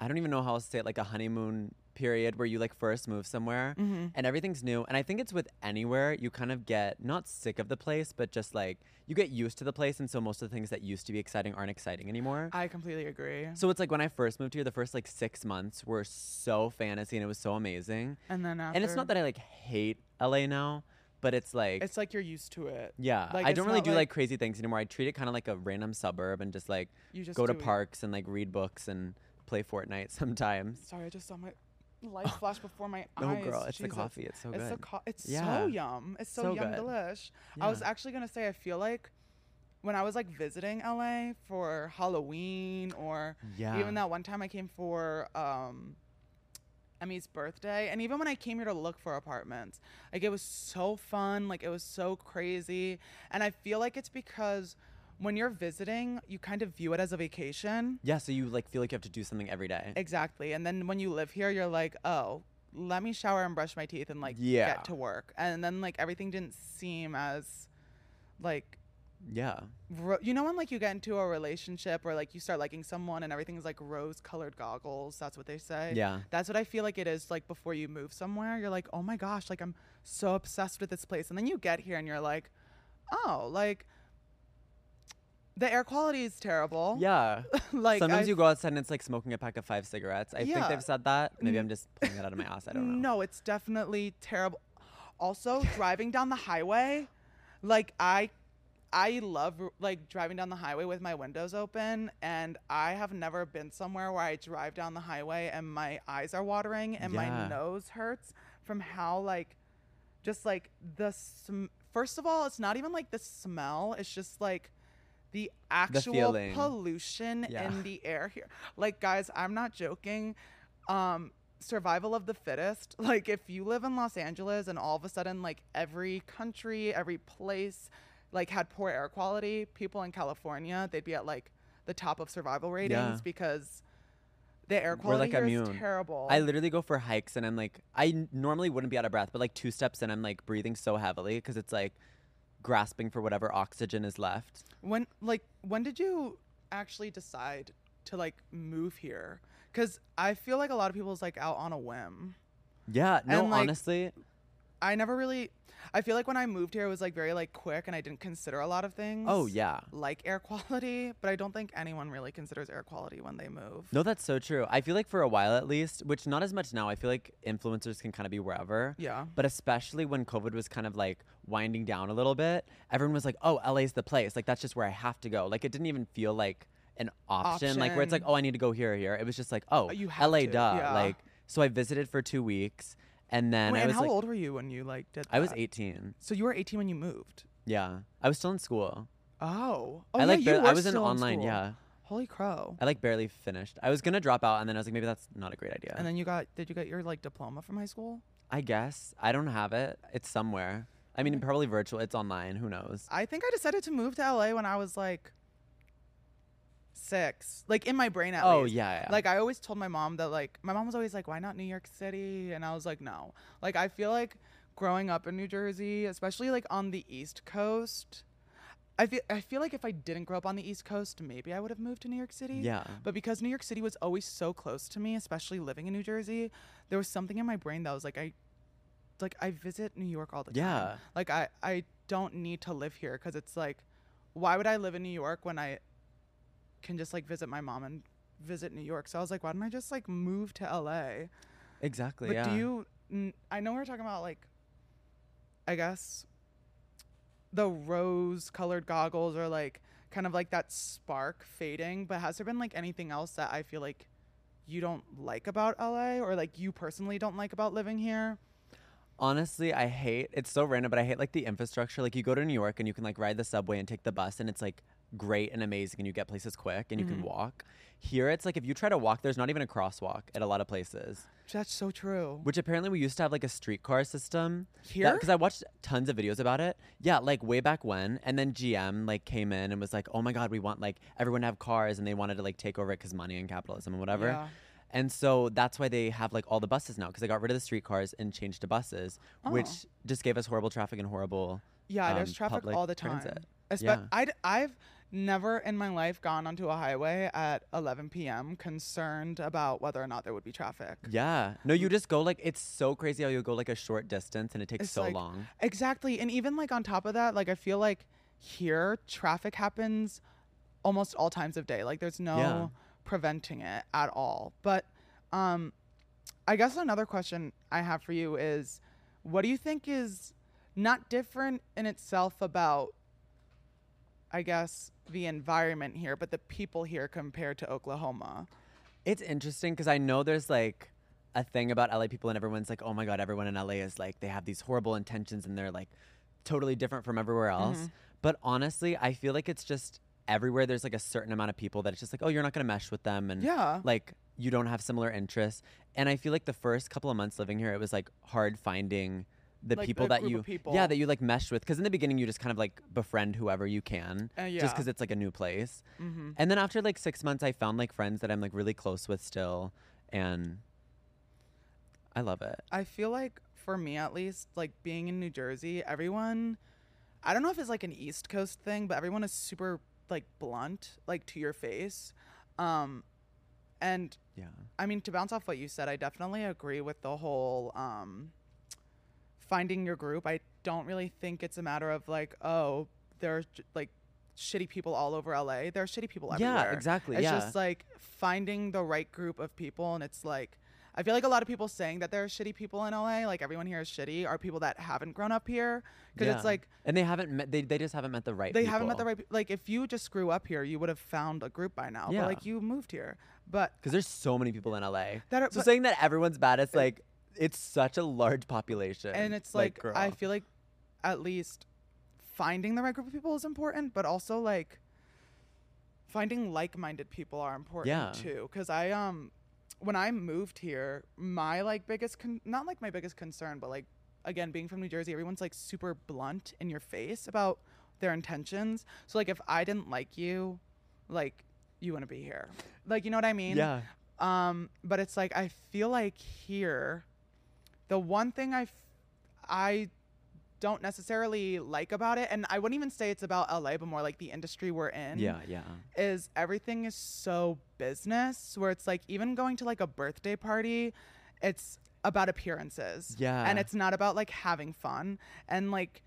[SPEAKER 2] I don't even know how else to say it, like a honeymoon period where you like first move somewhere
[SPEAKER 1] Mm-hmm.
[SPEAKER 2] and everything's new. And I think it's with anywhere you kind of get not sick of the place, but just like you get used to the place. And so most of the things that used to be exciting aren't exciting anymore.
[SPEAKER 1] I completely agree.
[SPEAKER 2] so it's like when I first moved here, the first like six months were so fantasy and it was so amazing.
[SPEAKER 1] And then after
[SPEAKER 2] And it's not that I like hate LA now, but it's like
[SPEAKER 1] it's like you're used to it.
[SPEAKER 2] yeah,
[SPEAKER 1] like,
[SPEAKER 2] I
[SPEAKER 1] it's
[SPEAKER 2] don't really
[SPEAKER 1] not
[SPEAKER 2] do like,
[SPEAKER 1] like-
[SPEAKER 2] crazy things anymore. I treat it kind of like a random suburb and just like
[SPEAKER 1] You just
[SPEAKER 2] go to
[SPEAKER 1] do it.
[SPEAKER 2] parks and like read books and play Fortnite sometimes.
[SPEAKER 1] Sorry, I just saw my life flash before my
[SPEAKER 2] Oh. No,
[SPEAKER 1] eyes.
[SPEAKER 2] girl, it's the
[SPEAKER 1] Oh, Jesus.
[SPEAKER 2] coffee. It's so
[SPEAKER 1] It's so
[SPEAKER 2] good.
[SPEAKER 1] co- it's
[SPEAKER 2] Yeah.
[SPEAKER 1] so yum. It's so,
[SPEAKER 2] So
[SPEAKER 1] yum
[SPEAKER 2] good.
[SPEAKER 1] delish. I was
[SPEAKER 2] Yeah.
[SPEAKER 1] actually gonna say I feel like when I was like visiting LA for Halloween or
[SPEAKER 2] Yeah.
[SPEAKER 1] even that one time I came for um Emmy's birthday and even when I came here to look for apartments, like it was so fun, like it was so crazy. And I feel like it's because when you're visiting, you kind of view it as a vacation.
[SPEAKER 2] yeah, so you like feel like you have to do something every day.
[SPEAKER 1] Exactly. And then when you live here, you're like, oh, let me shower and brush my teeth and like
[SPEAKER 2] Yeah.
[SPEAKER 1] get to work. And then like everything didn't seem as like
[SPEAKER 2] yeah.
[SPEAKER 1] ro- you know when like you get into a relationship or like you start liking someone and everything's like rose colored goggles. That's what they say.
[SPEAKER 2] Yeah.
[SPEAKER 1] That's what I feel like it is like before you move somewhere. You're like, oh my gosh, like I'm so obsessed with this place. And then you get here and you're like, oh, like the air quality is terrible.
[SPEAKER 2] Yeah.
[SPEAKER 1] like
[SPEAKER 2] sometimes
[SPEAKER 1] I
[SPEAKER 2] you go outside and it's like smoking a pack of five cigarettes. I think
[SPEAKER 1] Yeah.
[SPEAKER 2] they've said that. Maybe I'm just pulling that out of my ass. I don't know.
[SPEAKER 1] No, it's definitely terrible. Also, driving down the highway, like I I love like driving down the highway with my windows open and I have never been somewhere where I drive down the highway and my eyes are watering and
[SPEAKER 2] Yeah.
[SPEAKER 1] my nose hurts from how like just like the sm- first of all, it's not even like the smell, it's just like the actual
[SPEAKER 2] feeling.
[SPEAKER 1] pollution
[SPEAKER 2] Yeah.
[SPEAKER 1] in the air here. Like guys, I'm not joking um survival of the fittest like if you live in los angeles and all of a sudden like every country every place like had poor air quality people in california they'd be at like the top of survival ratings
[SPEAKER 2] Yeah.
[SPEAKER 1] because the air
[SPEAKER 2] We're
[SPEAKER 1] quality
[SPEAKER 2] like
[SPEAKER 1] here is
[SPEAKER 2] immune.
[SPEAKER 1] terrible
[SPEAKER 2] I literally go for hikes and I'm like, I n- normally wouldn't be out of breath, but like two steps in, I'm like breathing so heavily because it's like grasping for whatever oxygen is left.
[SPEAKER 1] when like when did you actually decide to like move here because i feel like a lot of people's like out on a whim
[SPEAKER 2] Yeah. No,
[SPEAKER 1] And, like,
[SPEAKER 2] honestly,
[SPEAKER 1] i never really i feel like when i moved here it was like very like quick and i didn't consider a lot of things
[SPEAKER 2] Oh yeah.
[SPEAKER 1] like air quality, but I don't think anyone really considers air quality when they move.
[SPEAKER 2] No, that's so true. I feel like for a while at least, which not as much now, I feel like influencers can kind of be wherever.
[SPEAKER 1] Yeah.
[SPEAKER 2] But especially when COVID was kind of like winding down a little bit, everyone was like, "Oh, LA's the place. Like that's just where I have to go." Like it didn't even feel like an option, like where it's like,
[SPEAKER 1] Option.
[SPEAKER 2] "Oh, I need to go here or here." It was just like, "Oh,
[SPEAKER 1] You have
[SPEAKER 2] LA
[SPEAKER 1] to,
[SPEAKER 2] duh."
[SPEAKER 1] yeah.
[SPEAKER 2] Like so I visited for 2 weeks and then
[SPEAKER 1] Wait,
[SPEAKER 2] I
[SPEAKER 1] and
[SPEAKER 2] was
[SPEAKER 1] how
[SPEAKER 2] like
[SPEAKER 1] old were you when you like did?
[SPEAKER 2] I was
[SPEAKER 1] that?
[SPEAKER 2] 18.
[SPEAKER 1] So you were 18 when you moved.
[SPEAKER 2] Yeah. I was still in school.
[SPEAKER 1] Oh, oh
[SPEAKER 2] I like
[SPEAKER 1] yeah, you
[SPEAKER 2] bar-
[SPEAKER 1] were
[SPEAKER 2] I was in
[SPEAKER 1] still
[SPEAKER 2] online,
[SPEAKER 1] school.
[SPEAKER 2] yeah. Uh,
[SPEAKER 1] Holy crow!
[SPEAKER 2] I like barely finished. I was going to drop out and then I was like maybe that's not a great idea.
[SPEAKER 1] And then you got did you get your like diploma from high school?
[SPEAKER 2] I guess. I don't have it. It's somewhere. I mean,
[SPEAKER 1] Mm-hmm.
[SPEAKER 2] probably virtual. It's online. Who knows?
[SPEAKER 1] I think I decided to move to LA when I was like six, like in my brain at
[SPEAKER 2] Oh,
[SPEAKER 1] least.
[SPEAKER 2] yeah, yeah.
[SPEAKER 1] Like I always told my mom that like my mom was always like, why not New York City? And I was like, no. Like I feel like growing up in New Jersey, especially like on the East Coast. I feel, I feel like if I didn't grow up on the East Coast, maybe I would have moved to New York City.
[SPEAKER 2] Yeah.
[SPEAKER 1] But because New York City was always so close to me, especially living in New Jersey, there was something in my brain that was like, I, like I visit New York all the time.
[SPEAKER 2] Yeah.
[SPEAKER 1] Like I, I don't need to live here because it's like, why would I live in New York when I can just like visit my mom and visit New York? So I was like, why don't I just like move to LA?
[SPEAKER 2] Exactly.
[SPEAKER 1] But
[SPEAKER 2] yeah.
[SPEAKER 1] do you? n- I know we we're talking about like, I guess, the rose-colored goggles or like kind of like that spark fading. But has there been like anything else that I feel like you don't like about LA or like you personally don't like about living here?
[SPEAKER 2] Honestly, I hate it's so random, but I hate like the infrastructure. Like you go to New York and you can like ride the subway and take the bus and it's like great and amazing and you get places quick and you can walk. Here it's like if you try to walk, there's not even a crosswalk at a lot of places.
[SPEAKER 1] That's so true.
[SPEAKER 2] Which apparently we used to have like a streetcar system.
[SPEAKER 1] Here?
[SPEAKER 2] Because I watched tons of videos about it. Yeah, like way back when. And then GM like came in and was like, oh my God, we want like everyone to have cars. And they wanted to like take over it because money and capitalism and whatever.
[SPEAKER 1] Yeah.
[SPEAKER 2] And so that's why they have like all the buses now because they got rid of the streetcars and changed to buses, which
[SPEAKER 1] Oh.
[SPEAKER 2] just gave us horrible traffic and horrible.
[SPEAKER 1] Yeah,
[SPEAKER 2] um,
[SPEAKER 1] there's traffic
[SPEAKER 2] public
[SPEAKER 1] all the time.
[SPEAKER 2] transit.
[SPEAKER 1] Espe-
[SPEAKER 2] Yeah.
[SPEAKER 1] I'd, I've never in my life gone onto a highway at 11 p.m. concerned about whether or not there would be traffic.
[SPEAKER 2] Yeah. No, you just go like, it's so crazy how you go like a short distance and it takes
[SPEAKER 1] It's
[SPEAKER 2] so
[SPEAKER 1] like-
[SPEAKER 2] long.
[SPEAKER 1] Exactly. And even like on top of that, like I feel like here traffic happens almost all times of day. Like there's no
[SPEAKER 2] Yeah.
[SPEAKER 1] preventing it at all. But um I guess another question I have for you is what do you think is not different in itself about I guess the environment here, but the people here compared to Oklahoma?
[SPEAKER 2] It's interesting because I know there's like a thing about LA people, and everyone's like, oh my God, everyone in LA is like, they have these horrible intentions and they're like totally different from everywhere
[SPEAKER 1] Mm-hmm.
[SPEAKER 2] else. But honestly, I feel like it's just everywhere there's like a certain amount of people that it's just like, oh, you're not going to mesh with them. And
[SPEAKER 1] Yeah.
[SPEAKER 2] like, you don't have similar interests. And I feel like the first couple of months living here, it was like hard finding the
[SPEAKER 1] Like,
[SPEAKER 2] people
[SPEAKER 1] the
[SPEAKER 2] that
[SPEAKER 1] group
[SPEAKER 2] you
[SPEAKER 1] of people.
[SPEAKER 2] yeah that you like mesh with because in the beginning you just kind of like befriend whoever you can
[SPEAKER 1] Uh,
[SPEAKER 2] just
[SPEAKER 1] yeah.
[SPEAKER 2] because it's like a new place
[SPEAKER 1] Mm-hmm.
[SPEAKER 2] and then after like six months, I found like friends that I'm like really close with still, and I love it.
[SPEAKER 1] I feel like for me at least, like being in New Jersey, everyone I don't know if it's like an East Coast thing, but everyone is super like blunt, like to your face. Um and
[SPEAKER 2] Yeah,
[SPEAKER 1] I mean to bounce off what you said, I definitely agree with the whole um finding your group. I don't really think it's a matter of like, oh, there's like shitty people all over LA. There are shitty people everywhere.
[SPEAKER 2] yeah, exactly.
[SPEAKER 1] It's
[SPEAKER 2] yeah,
[SPEAKER 1] just like finding the right group of people, and it's like I feel like a lot of people saying that there are shitty people in LA, like everyone here is shitty, are people that haven't grown up here because
[SPEAKER 2] Yeah.
[SPEAKER 1] it's like
[SPEAKER 2] and they haven't met. They, they just haven't met the right.
[SPEAKER 1] they haven't met the
[SPEAKER 2] people.
[SPEAKER 1] right. pe- Like if you just grew up here, you would have found a group by now.
[SPEAKER 2] Yeah.
[SPEAKER 1] But like you moved here, but
[SPEAKER 2] Because there's so many people in LA.
[SPEAKER 1] That are-
[SPEAKER 2] so
[SPEAKER 1] but-
[SPEAKER 2] saying that everyone's bad, it's like it's such a large population.
[SPEAKER 1] and it's like, I
[SPEAKER 2] girl.
[SPEAKER 1] feel like at least finding the right group of people is important, but also like finding like-minded people are important
[SPEAKER 2] Yeah.
[SPEAKER 1] too. Because I um, when I moved here, my like biggest con- not like my biggest concern, but like again being from New Jersey, everyone's like super blunt in your face about their intentions. So like if I didn't like you, like you wouldn't be here. Like you know what I mean?
[SPEAKER 2] yeah.
[SPEAKER 1] Um, but it's like I feel like here, the one thing I, f- I don't necessarily like about it, and I wouldn't even say it's about LA, but more like the industry we're in.
[SPEAKER 2] Yeah, yeah, uh,
[SPEAKER 1] Is everything is so business where it's like even going to like a birthday party, it's about appearances.
[SPEAKER 2] Yeah.
[SPEAKER 1] And it's not about like having fun and like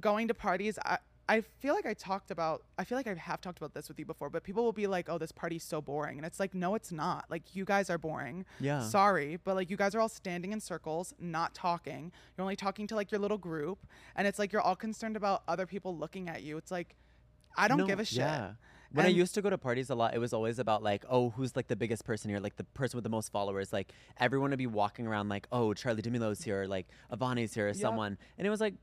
[SPEAKER 1] going to parties. I, I feel like I talked about, I feel like I have talked about this with you before, but people will be like, oh, this party's so boring. And it's like, no, it's not. Like, you guys are boring.
[SPEAKER 2] yeah.
[SPEAKER 1] Sorry, but like, you guys are all standing in circles, not talking. You're only talking to like your little group. And it's like, you're all concerned about other people looking at you. It's like, I don't
[SPEAKER 2] No,
[SPEAKER 1] give a shit.
[SPEAKER 2] Yeah. When I
[SPEAKER 1] And-
[SPEAKER 2] used to go to parties a lot, it was always about like, oh, who's like the biggest person here, like the person with the most followers. Like everyone would be walking around like, oh, Charlie D'Amelio's here, or, like Avani's here, or someone. And it was like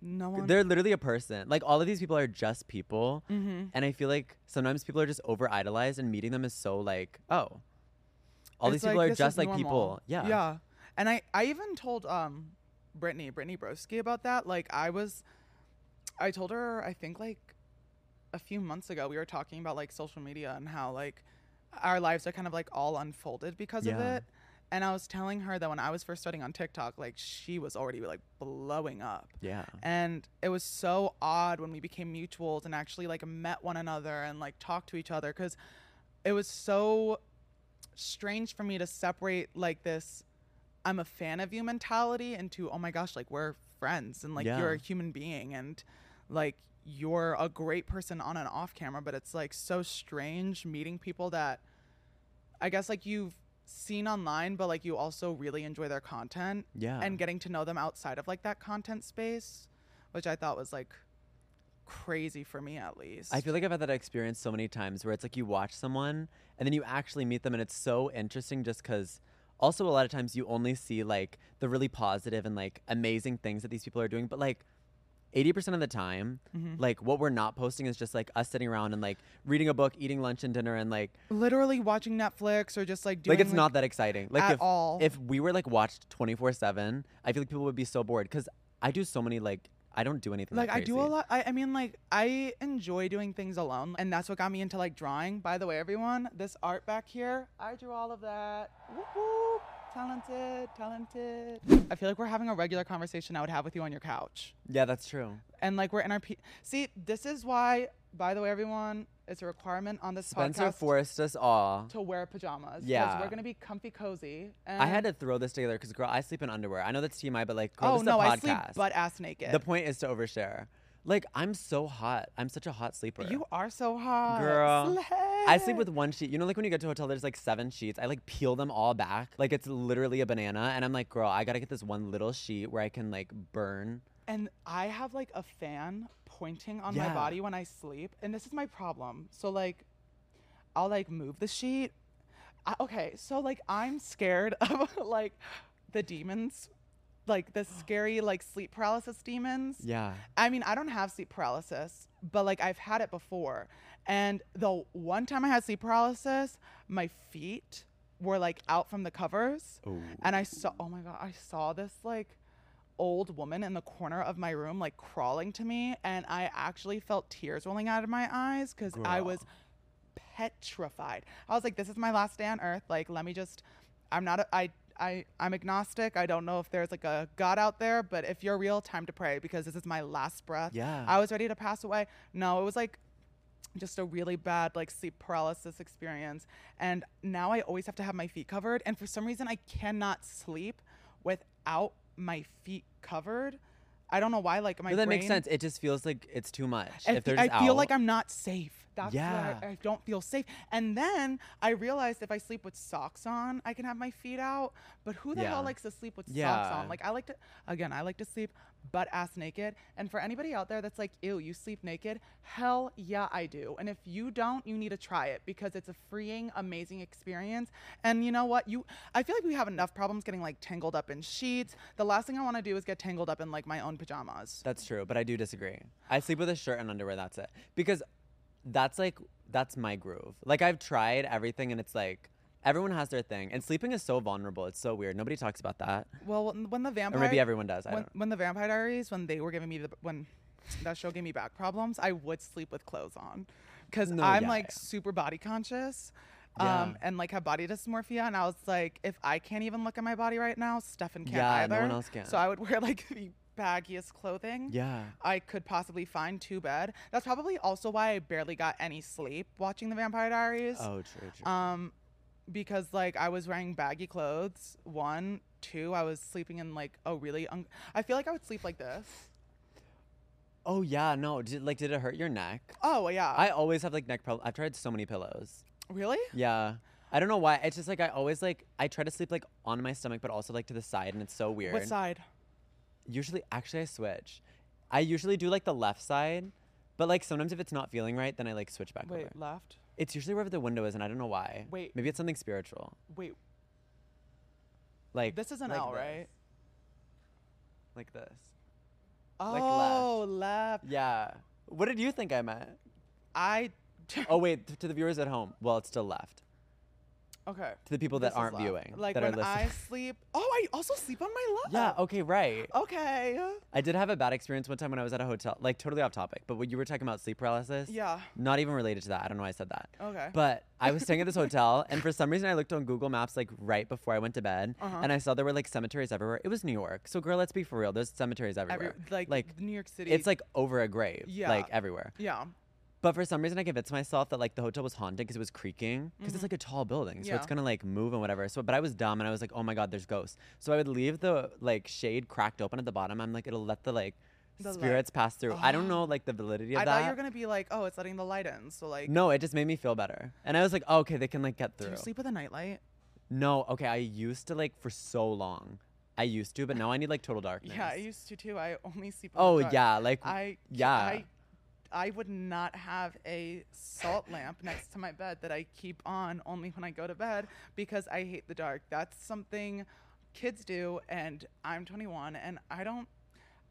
[SPEAKER 1] No one.
[SPEAKER 2] they're literally a person. Like all of these people are just people,
[SPEAKER 1] Mm-hmm.
[SPEAKER 2] and I feel like sometimes people are just over idolized, and meeting them is so like, oh, all
[SPEAKER 1] It's
[SPEAKER 2] these people are
[SPEAKER 1] this is
[SPEAKER 2] just like
[SPEAKER 1] normal.
[SPEAKER 2] people. Yeah.
[SPEAKER 1] Yeah. And I, I even told um Brittany, Brittany Broski about that. Like I was I told her I think like a few months ago we were talking about like social media and how like our lives are kind of like all unfolded because of
[SPEAKER 2] Yeah.
[SPEAKER 1] it. And I was telling her that when I was first starting on TikTok, like she was already like blowing up.
[SPEAKER 2] Yeah.
[SPEAKER 1] And it was so odd when we became mutuals and actually like met one another and like talked to each other because it was so strange for me to separate like this I'm a fan of you mentality into oh my gosh, like we're friends and like
[SPEAKER 2] Yeah.
[SPEAKER 1] you're a human being and like you're a great person on and off camera, but it's like so strange meeting people that I guess like you've seen online, but like you also really enjoy their content
[SPEAKER 2] Yeah.
[SPEAKER 1] and getting to know them outside of like that content space, which I thought was like crazy for me at least.
[SPEAKER 2] I feel like I've had that experience so many times where it's like you watch someone and then you actually meet them and it's so interesting just because also a lot of times you only see like the really positive and like amazing things that these people are doing, but like 80% of the time,
[SPEAKER 1] Mm-hmm.
[SPEAKER 2] like what we're not posting is just like us sitting around and like reading a book, eating lunch and dinner and like
[SPEAKER 1] Literally watching Netflix or just like doing
[SPEAKER 2] like it's not that exciting. Like
[SPEAKER 1] at
[SPEAKER 2] if
[SPEAKER 1] all.
[SPEAKER 2] if we were like watched 24/7, I feel like people would be so bored cuz I do so many like I don't do anything
[SPEAKER 1] like
[SPEAKER 2] that
[SPEAKER 1] I do a
[SPEAKER 2] crazy.
[SPEAKER 1] lot. I, I mean, like I enjoy doing things alone, and that's what got me into like drawing. By the way, everyone, this art back here, I drew all of that. Whoop, whoop. Talented, talented. I feel like we're having a regular conversation I would have with you on your couch,
[SPEAKER 2] Yeah, that's true.
[SPEAKER 1] and like we're in our. P- See, this is why. By the way, everyone, it's a requirement on this
[SPEAKER 2] Spencer
[SPEAKER 1] podcast
[SPEAKER 2] forced us all.
[SPEAKER 1] to wear pajamas. 'cause
[SPEAKER 2] Yeah.
[SPEAKER 1] we're gonna be comfy cozy. And
[SPEAKER 2] I had to throw this together because, girl, I sleep in underwear. I know that's TMI, but like, girl,
[SPEAKER 1] Oh
[SPEAKER 2] this is a
[SPEAKER 1] no, I sleep
[SPEAKER 2] podcast.
[SPEAKER 1] butt ass naked.
[SPEAKER 2] the point is to overshare. Like, I'm so hot. I'm such a hot sleeper.
[SPEAKER 1] you are so hot,
[SPEAKER 2] Girl, I sleep
[SPEAKER 1] Slay.
[SPEAKER 2] with one sheet. You know, like when you get to a hotel, there's like seven sheets. I like peel them all back. Like it's literally a banana. And I'm like, girl, I gotta get this one little sheet where I can like burn.
[SPEAKER 1] And I have like a fan pointing on my
[SPEAKER 2] Yeah.
[SPEAKER 1] body when I sleep. And this is my problem. So, like, I'll like move the sheet. I, okay. So, like, I'm scared of like the demons, like the scary, like sleep paralysis demons.
[SPEAKER 2] Yeah.
[SPEAKER 1] I mean, I don't have sleep paralysis, but like I've had it before. And the one time I had sleep paralysis, my feet were like out from the covers.
[SPEAKER 2] Ooh.
[SPEAKER 1] And I saw, oh my God, I saw this like old woman in the corner of my room, like crawling to me. And I actually felt tears rolling out of my eyes because I
[SPEAKER 2] Girl.
[SPEAKER 1] was petrified. I was like, this is my last day on earth. Like, let me just, I'm not, a, I, I, I'm agnostic. I don't know if there's like a God out there, but if you're real, time to pray because this is my last breath.
[SPEAKER 2] Yeah.
[SPEAKER 1] I was ready to pass away. No, it was like just a really bad like sleep paralysis experience and now i always have to have my feet covered and for some reason i cannot sleep without my feet covered i don't know why like my
[SPEAKER 2] No, that
[SPEAKER 1] brain,
[SPEAKER 2] makes sense. It just feels like it's too much.
[SPEAKER 1] I,
[SPEAKER 2] if
[SPEAKER 1] fe-
[SPEAKER 2] they're
[SPEAKER 1] I
[SPEAKER 2] just
[SPEAKER 1] feel
[SPEAKER 2] out,
[SPEAKER 1] like i'm not safe that's yeah.
[SPEAKER 2] Yeah.
[SPEAKER 1] I, don't feel safe and then i realized if i sleep with socks on i can have my feet out but who the
[SPEAKER 2] Yeah.
[SPEAKER 1] hell likes to sleep with socks
[SPEAKER 2] Yeah.
[SPEAKER 1] on like i like to again i like to sleep butt ass naked and for anybody out there that's like ew you sleep naked hell yeah i do and if you don't you need to try it because it's a freeing amazing experience and you know what you i feel like we have enough problems getting like tangled up in sheets the last thing i want to do is get tangled up in like my own pajamas
[SPEAKER 2] That's true, but I do disagree. I sleep with a shirt and underwear. That's it. Because that's like that's my groove. Like I've tried everything, and it's like everyone has their thing. And sleeping is so vulnerable. It's so weird. Nobody talks about that,
[SPEAKER 1] well when when the
[SPEAKER 2] or
[SPEAKER 1] vampire
[SPEAKER 2] maybe everyone does. I
[SPEAKER 1] when,
[SPEAKER 2] don't.
[SPEAKER 1] when the Vampire Diaries, when they were giving me the when that show gave me back problems, I would sleep with clothes on because
[SPEAKER 2] No,
[SPEAKER 1] I'm
[SPEAKER 2] yeah,
[SPEAKER 1] like
[SPEAKER 2] yeah.
[SPEAKER 1] super body conscious.
[SPEAKER 2] Yeah.
[SPEAKER 1] Um, and like have body dysmorphia, and I was like, if I can't even look at my body right now, Stefan can't
[SPEAKER 2] Yeah,
[SPEAKER 1] either.
[SPEAKER 2] no one else can.
[SPEAKER 1] So I would wear like the baggiest clothing
[SPEAKER 2] Yeah.
[SPEAKER 1] I could possibly find to bed. That's probably also why I barely got any sleep watching The Vampire Diaries.
[SPEAKER 2] Oh, true, true.
[SPEAKER 1] Um, because like I was wearing baggy clothes. One, two, I was sleeping in like a really. Un- I feel like I would sleep like this.
[SPEAKER 2] oh yeah, no. Did, like, did it hurt your neck?
[SPEAKER 1] Oh yeah,
[SPEAKER 2] I always have like neck problems. I've tried so many pillows.
[SPEAKER 1] really?
[SPEAKER 2] Yeah. I don't know why. It's just like I always like I try to sleep like on my stomach, but also like to the side, and it's so weird.
[SPEAKER 1] What side?
[SPEAKER 2] Usually, actually, I switch. I usually do like the left side, but like sometimes if it's not feeling right, then I like switch back
[SPEAKER 1] Wait,
[SPEAKER 2] over.
[SPEAKER 1] left.
[SPEAKER 2] It's usually wherever the window is, and I don't know why.
[SPEAKER 1] Wait.
[SPEAKER 2] Maybe it's something spiritual.
[SPEAKER 1] Wait,
[SPEAKER 2] Like
[SPEAKER 1] this is an
[SPEAKER 2] like
[SPEAKER 1] L,
[SPEAKER 2] this.
[SPEAKER 1] right?
[SPEAKER 2] Like this. left.
[SPEAKER 1] Oh, left.
[SPEAKER 2] Yeah. What did you think I meant?
[SPEAKER 1] I.
[SPEAKER 2] Oh wait, t- to the viewers at home. Well, it's still left.
[SPEAKER 1] okay.
[SPEAKER 2] To the people that
[SPEAKER 1] this is
[SPEAKER 2] aren't
[SPEAKER 1] left.
[SPEAKER 2] viewing,
[SPEAKER 1] Like
[SPEAKER 2] that
[SPEAKER 1] when
[SPEAKER 2] are
[SPEAKER 1] I
[SPEAKER 2] listening.
[SPEAKER 1] sleep. Oh, I also sleep on my left.
[SPEAKER 2] yeah. oh. Okay. Right.
[SPEAKER 1] Okay.
[SPEAKER 2] I did have a bad experience one time when I was at a hotel, like totally off topic, but what you were talking about sleep paralysis.
[SPEAKER 1] Yeah.
[SPEAKER 2] Not even related to that. I don't know why I said that.
[SPEAKER 1] Okay.
[SPEAKER 2] But I was staying at this hotel, and for some reason, I looked on Google Maps like right before I went to bed,
[SPEAKER 1] Uh-huh.
[SPEAKER 2] and I saw there were like cemeteries everywhere. It was New York, so girl, let's be for real. There's cemeteries
[SPEAKER 1] Every,
[SPEAKER 2] everywhere.
[SPEAKER 1] like,
[SPEAKER 2] like
[SPEAKER 1] New York City.
[SPEAKER 2] it's like over a grave,
[SPEAKER 1] Yeah.
[SPEAKER 2] like everywhere.
[SPEAKER 1] yeah.
[SPEAKER 2] But for some reason, I convinced myself that like the hotel was haunted because it was creaking because it's like a tall building, so
[SPEAKER 1] Mm-hmm. Yeah.
[SPEAKER 2] it's gonna like move and whatever. So, but I was dumb and I was like, oh my god, there's ghosts. So I would leave the like shade cracked open at the bottom. I'm like, it'll let the like
[SPEAKER 1] The light-
[SPEAKER 2] spirits pass through. I don't know like the validity of
[SPEAKER 1] I
[SPEAKER 2] that.
[SPEAKER 1] thought you were gonna be like, oh, it's letting the light in. So like,
[SPEAKER 2] no, it just made me feel better, and I was like, oh, okay, they can like get
[SPEAKER 1] do
[SPEAKER 2] through.
[SPEAKER 1] you sleep with a nightlight?
[SPEAKER 2] No, okay, I used to like for so long. I used to, but now I need like total darkness.
[SPEAKER 1] Yeah, I used to too. I only sleep. in the
[SPEAKER 2] oh
[SPEAKER 1] dark.
[SPEAKER 2] yeah, like
[SPEAKER 1] I
[SPEAKER 2] yeah.
[SPEAKER 1] I I would not have a salt lamp next to my bed that I keep on only when I go to bed because I hate the dark. That's something kids do, and I'm 21, and I don't,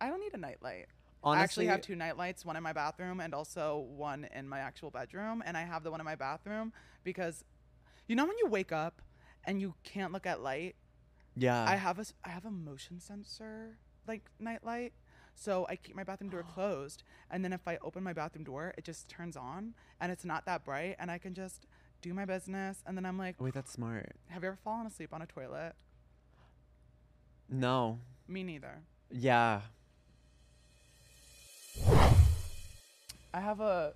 [SPEAKER 1] I don't need a nightlight. I actually have two nightlights, one in my bathroom and also one in my actual bedroom. And I have the one in my bathroom because, you know, when you wake up and you can't look at light,
[SPEAKER 2] Yeah.
[SPEAKER 1] I have a s- I have a motion sensor like nightlight, so I keep my bathroom door closed, and then if I open my bathroom door, it just turns on, and it's not that bright, and I can just do my business, and then I'm like,
[SPEAKER 2] Wait, that's smart.
[SPEAKER 1] have you ever fallen asleep on a toilet?
[SPEAKER 2] No.
[SPEAKER 1] Me neither.
[SPEAKER 2] Yeah.
[SPEAKER 1] I have a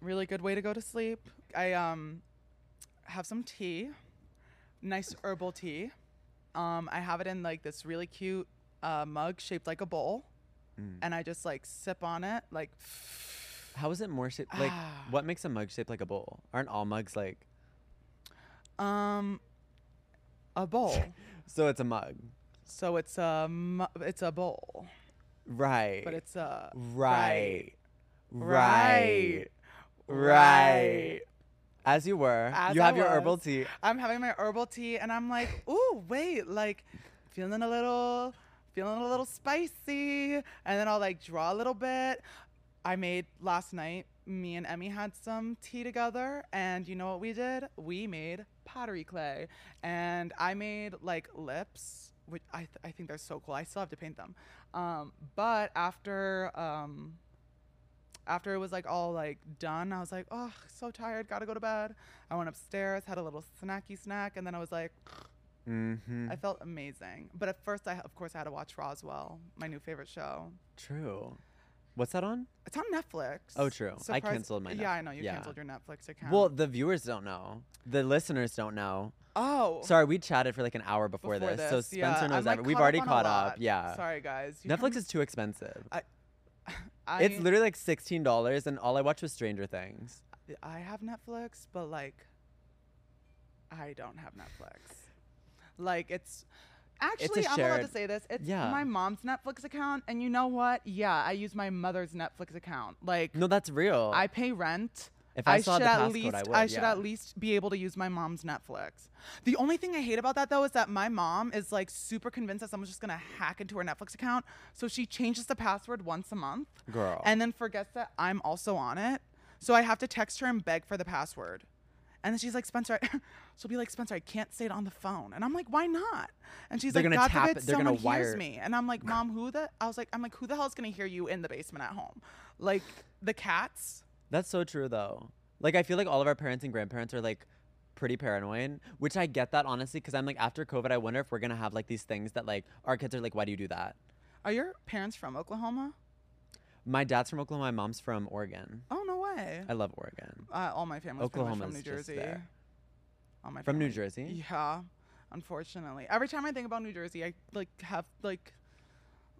[SPEAKER 1] really good way to go to sleep. I um have some tea, nice herbal tea. Um, I have it in like this really cute uh, mug shaped like a bowl, and I just like sip on it like.
[SPEAKER 2] How is it more shaped? Like,
[SPEAKER 1] Ah.
[SPEAKER 2] what makes a mug shaped like a bowl? Aren't all mugs like?
[SPEAKER 1] Um, a bowl.
[SPEAKER 2] So it's a mug,
[SPEAKER 1] so it's a mu- it's a bowl,
[SPEAKER 2] right?
[SPEAKER 1] but it's a
[SPEAKER 2] right,
[SPEAKER 1] right,
[SPEAKER 2] right, right. As you were,
[SPEAKER 1] As
[SPEAKER 2] you
[SPEAKER 1] I
[SPEAKER 2] have your herbal
[SPEAKER 1] was.
[SPEAKER 2] tea.
[SPEAKER 1] I'm having my herbal tea, and I'm like, ooh, wait, like feeling a little, feeling a little spicy, and then I'll like draw a little bit. I made last night. Me and Emmy had some tea together, and you know what we did? We made pottery clay, and I made like lips, which I th- I think they're so cool. I still have to paint them, um, but after. Um, after it was like all like done, I was like, oh, so tired, gotta go to bed. I went upstairs, had a little snacky snack, and then I was like,
[SPEAKER 2] Mm-hmm.
[SPEAKER 1] I felt amazing. But at first, I of course I had to watch Roswell, my new favorite show.
[SPEAKER 2] True. What's that on?
[SPEAKER 1] It's on Netflix.
[SPEAKER 2] Oh, true. I canceled my
[SPEAKER 1] Yeah, I
[SPEAKER 2] Netflix.
[SPEAKER 1] know you
[SPEAKER 2] Yeah.
[SPEAKER 1] canceled your Netflix account.
[SPEAKER 2] Well, the viewers don't know. The listeners don't know.
[SPEAKER 1] oh,
[SPEAKER 2] Sorry, we chatted for like an hour before,
[SPEAKER 1] before
[SPEAKER 2] this, so
[SPEAKER 1] yeah,
[SPEAKER 2] Spencer knows
[SPEAKER 1] I'm, like,
[SPEAKER 2] every- We've
[SPEAKER 1] caught
[SPEAKER 2] already
[SPEAKER 1] on a
[SPEAKER 2] caught up.
[SPEAKER 1] lot.
[SPEAKER 2] Yeah.
[SPEAKER 1] Sorry guys. You
[SPEAKER 2] uh, Netflix
[SPEAKER 1] can-
[SPEAKER 2] is too expensive.
[SPEAKER 1] I,
[SPEAKER 2] it's literally like sixteen dollars, and all I watched was Stranger Things.
[SPEAKER 1] I have Netflix, but like, I don't have Netflix. Like it's actually I'm allowed
[SPEAKER 2] shared-
[SPEAKER 1] to say this. It's
[SPEAKER 2] Yeah.
[SPEAKER 1] my mom's Netflix account, and you know what? Yeah, I use my mother's Netflix account. Like
[SPEAKER 2] No, that's real.
[SPEAKER 1] I pay rent.
[SPEAKER 2] If I saw
[SPEAKER 1] should
[SPEAKER 2] the
[SPEAKER 1] at
[SPEAKER 2] passcode,
[SPEAKER 1] least
[SPEAKER 2] I would,
[SPEAKER 1] should
[SPEAKER 2] yeah.
[SPEAKER 1] at least be able to use my mom's Netflix. The only thing I hate about that though is that my mom is like super convinced that someone's just gonna hack into her Netflix account, so she changes the password once a month,
[SPEAKER 2] Girl.
[SPEAKER 1] and then forgets that I'm also on it. So I have to text her and beg for the password. And then she's like, Spencer, I- she'll be like, Spencer, I can't say it on the phone. And I'm like, why not? And she's
[SPEAKER 2] They're
[SPEAKER 1] like,
[SPEAKER 2] gonna
[SPEAKER 1] God
[SPEAKER 2] tap
[SPEAKER 1] forbid
[SPEAKER 2] it. They're gonna
[SPEAKER 1] someone hears
[SPEAKER 2] wire-
[SPEAKER 1] me. And I'm like, Mom, who the? I was like, I'm like, who the hell is gonna hear you in the basement at home? Like the cats.
[SPEAKER 2] That's so true though. Like I feel like all of our parents and grandparents are like pretty paranoid, which I get that honestly because I'm like after COVID I wonder if we're going to have like these things that like our kids are like why do you do that?
[SPEAKER 1] Are your parents from Oklahoma?
[SPEAKER 2] My dad's from Oklahoma, my mom's from Oregon.
[SPEAKER 1] Oh no way!
[SPEAKER 2] I love Oregon.
[SPEAKER 1] Uh, all my family's pretty much from
[SPEAKER 2] Oklahoma's
[SPEAKER 1] New
[SPEAKER 2] just
[SPEAKER 1] Jersey.
[SPEAKER 2] there.
[SPEAKER 1] All my
[SPEAKER 2] From New
[SPEAKER 1] family-
[SPEAKER 2] Jersey?
[SPEAKER 1] Yeah, unfortunately, every time I think about New Jersey, I like have like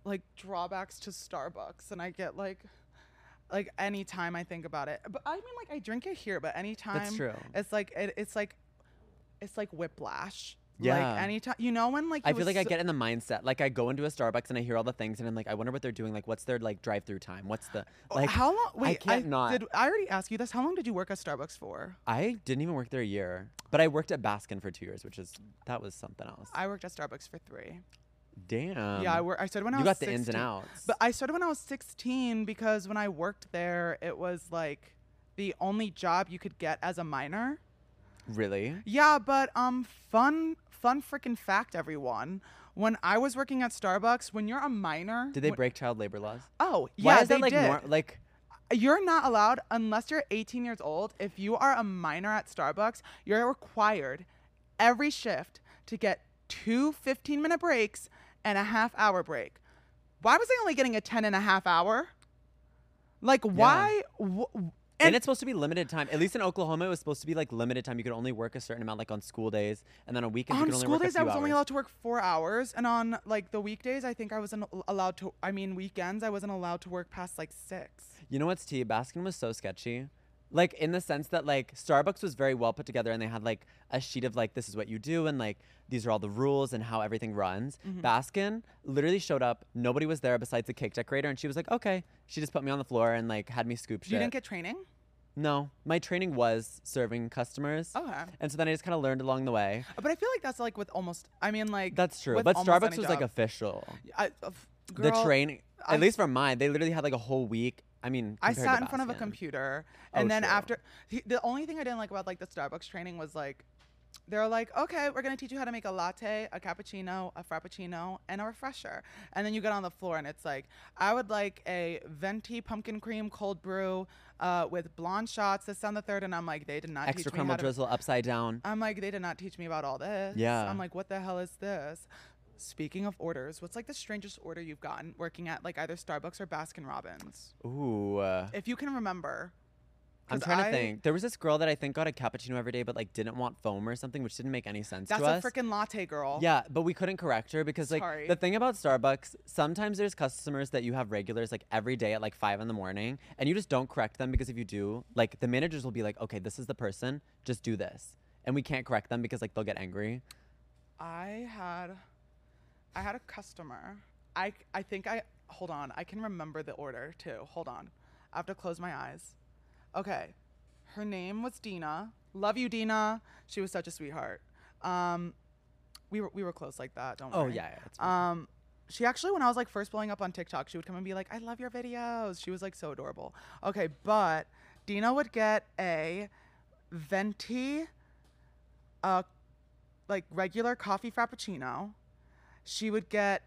[SPEAKER 1] like drawbacks to Starbucks, and I get like like any time I think about it. But I mean, like I drink it here, but anytime
[SPEAKER 2] true.
[SPEAKER 1] It's like it, it's like it's like whiplash.
[SPEAKER 2] Yeah.
[SPEAKER 1] Like anytime, you know, when like
[SPEAKER 2] I
[SPEAKER 1] it
[SPEAKER 2] feel
[SPEAKER 1] was
[SPEAKER 2] like I
[SPEAKER 1] so-
[SPEAKER 2] get in the mindset like I go into a Starbucks and I hear all the things and I'm like I wonder what they're doing like what's their like drive-through time? What's the like
[SPEAKER 1] Oh, how long. Wait,
[SPEAKER 2] I can't not.
[SPEAKER 1] Did I already ask you this? How long did you work at Starbucks for?
[SPEAKER 2] I didn't even work there a year, but I worked at Baskin for 2 years, which is that was something else.
[SPEAKER 1] I worked at Starbucks for three.
[SPEAKER 2] Damn.
[SPEAKER 1] yeah, I, wor- I started when I
[SPEAKER 2] Um, you
[SPEAKER 1] was
[SPEAKER 2] got the ins and
[SPEAKER 1] 16.
[SPEAKER 2] outs.
[SPEAKER 1] But I started when I was 16 because when I worked there, it was like the only job you could get as a minor.
[SPEAKER 2] really?
[SPEAKER 1] Yeah, but um, fun, fun freaking fact, everyone. When I was working at Starbucks, when you're a minor,
[SPEAKER 2] Did they
[SPEAKER 1] when-
[SPEAKER 2] break child labor laws?
[SPEAKER 1] Oh, yeah,
[SPEAKER 2] Why is
[SPEAKER 1] they
[SPEAKER 2] that like
[SPEAKER 1] did.
[SPEAKER 2] more like
[SPEAKER 1] you're not allowed unless you're 18 years old. If you are a minor at Starbucks, you're required every shift to get two 15 minute breaks and a half hour break. Why was I only getting a 10 and a half hour? Like, why? wh-
[SPEAKER 2] and,
[SPEAKER 1] and
[SPEAKER 2] it's supposed to be limited time. At least in Oklahoma, it was supposed to be like limited time. You could only work a certain amount, like on school days, and then on weekends you
[SPEAKER 1] on
[SPEAKER 2] could only
[SPEAKER 1] school
[SPEAKER 2] work a
[SPEAKER 1] days,
[SPEAKER 2] few
[SPEAKER 1] I was
[SPEAKER 2] hours.
[SPEAKER 1] only allowed to work four hours. And on like the weekdays, I think I wasn't al- allowed to, I mean, weekends, I wasn't allowed to work past like six.
[SPEAKER 2] you know what's tea? Baskin was so sketchy. Like in the sense that like Starbucks was very well put together and they had like a sheet of like this is what you do and like these are all the rules and how everything runs.
[SPEAKER 1] Mm-hmm.
[SPEAKER 2] Baskin literally showed up. Nobody was there besides the cake decorator and she was like, "Okay." She just put me on the floor and like had me scoop shit.
[SPEAKER 1] You didn't get training?
[SPEAKER 2] no, my training was serving customers.
[SPEAKER 1] Okay.
[SPEAKER 2] And so then I just kind of learned along the way.
[SPEAKER 1] But I feel like that's like with almost, I mean, like.
[SPEAKER 2] That's true.
[SPEAKER 1] with
[SPEAKER 2] But
[SPEAKER 1] almost
[SPEAKER 2] Starbucks
[SPEAKER 1] any
[SPEAKER 2] was like
[SPEAKER 1] job.
[SPEAKER 2] official.
[SPEAKER 1] I, of-
[SPEAKER 2] the
[SPEAKER 1] girl,
[SPEAKER 2] training,
[SPEAKER 1] I-
[SPEAKER 2] at least for mine, they literally had like a whole week. I mean,
[SPEAKER 1] I
[SPEAKER 2] compared to
[SPEAKER 1] sat in front of a
[SPEAKER 2] Baskin.
[SPEAKER 1] computer,
[SPEAKER 2] Oh,
[SPEAKER 1] and then
[SPEAKER 2] sure.
[SPEAKER 1] after, he- the only thing I didn't like about like the Starbucks training was like, they're like, okay, we're gonna teach you how to make a latte, a cappuccino, a frappuccino, and a refresher, and then you get on the floor and it's like, I would like a venti pumpkin cream cold brew uh, with blonde shots. This on the third, and I'm like, they did not
[SPEAKER 2] Extra
[SPEAKER 1] teach me
[SPEAKER 2] crumble
[SPEAKER 1] how to.
[SPEAKER 2] drizzle upside down.
[SPEAKER 1] I'm like, they did not teach me about all this.
[SPEAKER 2] Yeah.
[SPEAKER 1] I'm like, what the hell is this? Speaking of orders, what's like the strangest order you've gotten working at like either Starbucks or Baskin Robbins?
[SPEAKER 2] Ooh. uh,
[SPEAKER 1] If you can remember.
[SPEAKER 2] I'm
[SPEAKER 1] 'Cause
[SPEAKER 2] trying
[SPEAKER 1] I-
[SPEAKER 2] to think. There was this girl that I think got a cappuccino every day, but like didn't want foam or something, which didn't make any sense
[SPEAKER 1] That's
[SPEAKER 2] to us.
[SPEAKER 1] a freaking latte girl.
[SPEAKER 2] yeah, but we couldn't correct her because like
[SPEAKER 1] Sorry.
[SPEAKER 2] the thing about Starbucks, sometimes there's customers that you have regulars like every day at like five in the morning, and you just don't correct them because if you do, like the managers will be like, okay, this is the person, just do this, and we can't correct them because like they'll get angry.
[SPEAKER 1] I had I had a customer. I I think I hold on. I can remember the order too. Hold on. I have to close my eyes. Okay. Her name was Dina. Love you, Dina. She was such a sweetheart. Um we were we were close like that, don't
[SPEAKER 2] Oh
[SPEAKER 1] worry.
[SPEAKER 2] yeah, yeah it's fine.
[SPEAKER 1] Um, she actually, when I was like first blowing up on TikTok, she would come and be like, "I love your videos." She was like so adorable. Okay, but Dina would get a venti, uh, like regular coffee frappuccino. She would get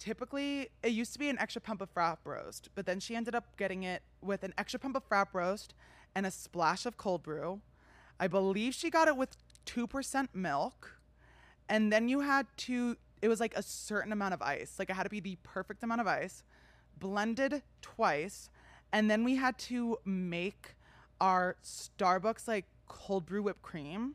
[SPEAKER 1] typically it used to be an extra pump of frap roast, but then she ended up getting it with an extra pump of frap roast and a splash of cold brew. I believe she got it with two percent milk and then you had to it was like a certain amount of ice like it had to be the perfect amount of ice blended twice and then we had to make our starbucks like cold brew whipped cream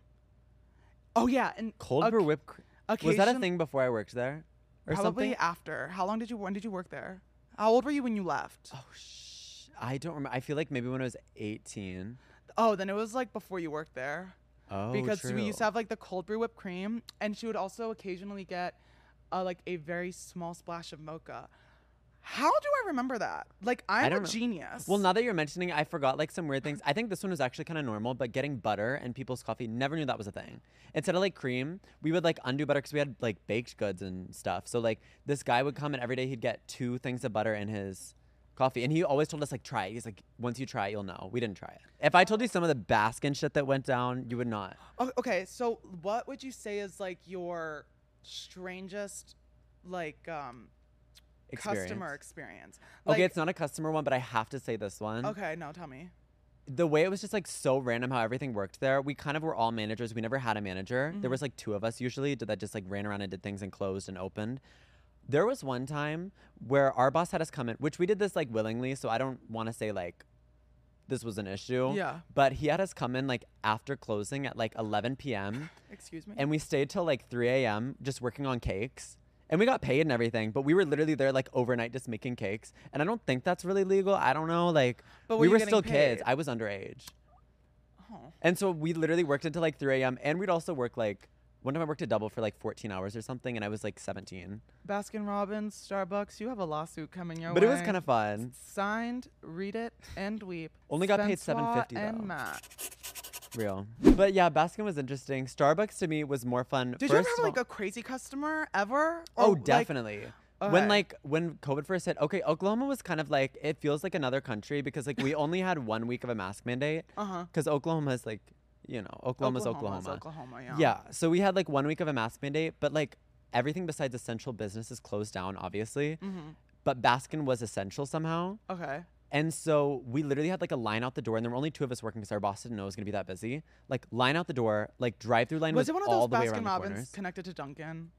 [SPEAKER 1] oh yeah and
[SPEAKER 2] Cold
[SPEAKER 1] oc-
[SPEAKER 2] brew whipped. Cr- was that a
[SPEAKER 1] occasion-
[SPEAKER 2] thing before I worked there, or
[SPEAKER 1] probably
[SPEAKER 2] something?
[SPEAKER 1] after how long did you when did you work there how old were you when you left
[SPEAKER 2] Oh sh! I don't remember. I feel like maybe when I was 18.
[SPEAKER 1] oh then it was like before you worked there
[SPEAKER 2] Oh,
[SPEAKER 1] because
[SPEAKER 2] true.
[SPEAKER 1] we used to have like the cold brew whipped cream, and she would also occasionally get uh, like a very small splash of mocha. How do I remember that? Like I'm a
[SPEAKER 2] don't know.
[SPEAKER 1] genius.
[SPEAKER 2] Well, now that you're mentioning, it, I forgot like some weird things. I think this one was actually kind of normal, but getting butter and people's coffee never knew that was a thing. Instead of like cream, we would like undo butter because we had like baked goods and stuff. So like this guy would come and every day he'd get two things of butter in his coffee, and he always told us like try it. He's like, once you try it, you'll know. We didn't try it. If I told you some of the Baskin shit that went down, you would not.
[SPEAKER 1] O- okay, so what would you say is like your strangest like um
[SPEAKER 2] Experience.
[SPEAKER 1] customer experience? Like-
[SPEAKER 2] okay, it's not a customer one, but I have to say this one.
[SPEAKER 1] okay. No, tell me.
[SPEAKER 2] the way it was just like so random how everything worked there. We kind of were all managers. We never had a manager. There was like two of us usually d- that just like ran around and did things and closed and opened. There was one time where our boss had us come in, which we did this like willingly, so I don't want to say like this was an issue.
[SPEAKER 1] Yeah.
[SPEAKER 2] But he had us come in like after closing at like 11 p.m.
[SPEAKER 1] Excuse me.
[SPEAKER 2] and we stayed till like 3 a.m. just working on cakes. And we got paid and everything, but we were literally there like overnight just making cakes. And I don't think that's really legal. I don't know. Like,
[SPEAKER 1] But were
[SPEAKER 2] we
[SPEAKER 1] you
[SPEAKER 2] were
[SPEAKER 1] getting
[SPEAKER 2] still kids.
[SPEAKER 1] paid?
[SPEAKER 2] I was underage.
[SPEAKER 1] oh.
[SPEAKER 2] And so we literally worked until like 3 a.m. And we'd also work like, one time I worked a double for like 14 hours or something, and I was like 17.
[SPEAKER 1] Baskin Robbins, Starbucks, you have a lawsuit coming your
[SPEAKER 2] But
[SPEAKER 1] way.
[SPEAKER 2] it was kind of fun.
[SPEAKER 1] signed. Read it and weep.
[SPEAKER 2] Only got paid
[SPEAKER 1] Spencois
[SPEAKER 2] $7.50 though.
[SPEAKER 1] And Matt.
[SPEAKER 2] Real. But yeah, Baskin was interesting. Starbucks to me was more fun.
[SPEAKER 1] Did
[SPEAKER 2] First
[SPEAKER 1] you
[SPEAKER 2] of
[SPEAKER 1] ever have
[SPEAKER 2] all-
[SPEAKER 1] like a crazy customer ever?
[SPEAKER 2] Oh,
[SPEAKER 1] Or, like-
[SPEAKER 2] definitely. When
[SPEAKER 1] Okay.
[SPEAKER 2] like when COVID first hit, okay, Oklahoma was kind of like it feels like another country because like we only had one week of a mask mandate
[SPEAKER 1] Uh-huh.
[SPEAKER 2] because Oklahoma is like you know Oklahoma's
[SPEAKER 1] Oklahoma's
[SPEAKER 2] Oklahoma.
[SPEAKER 1] Oklahoma, yeah.
[SPEAKER 2] So we had like one week of a mask mandate, but like everything besides essential business is closed down, obviously. But Baskin was essential somehow.
[SPEAKER 1] Mm-hmm. Okay.
[SPEAKER 2] And so we literally had like a line out the door, and there were only two of us working because our boss didn't know it was gonna be that busy. Like line out the door, like drive through line was,
[SPEAKER 1] Was it one of
[SPEAKER 2] all
[SPEAKER 1] those
[SPEAKER 2] the way around
[SPEAKER 1] Baskin
[SPEAKER 2] the
[SPEAKER 1] Robbins
[SPEAKER 2] corners.
[SPEAKER 1] connected to Duncan?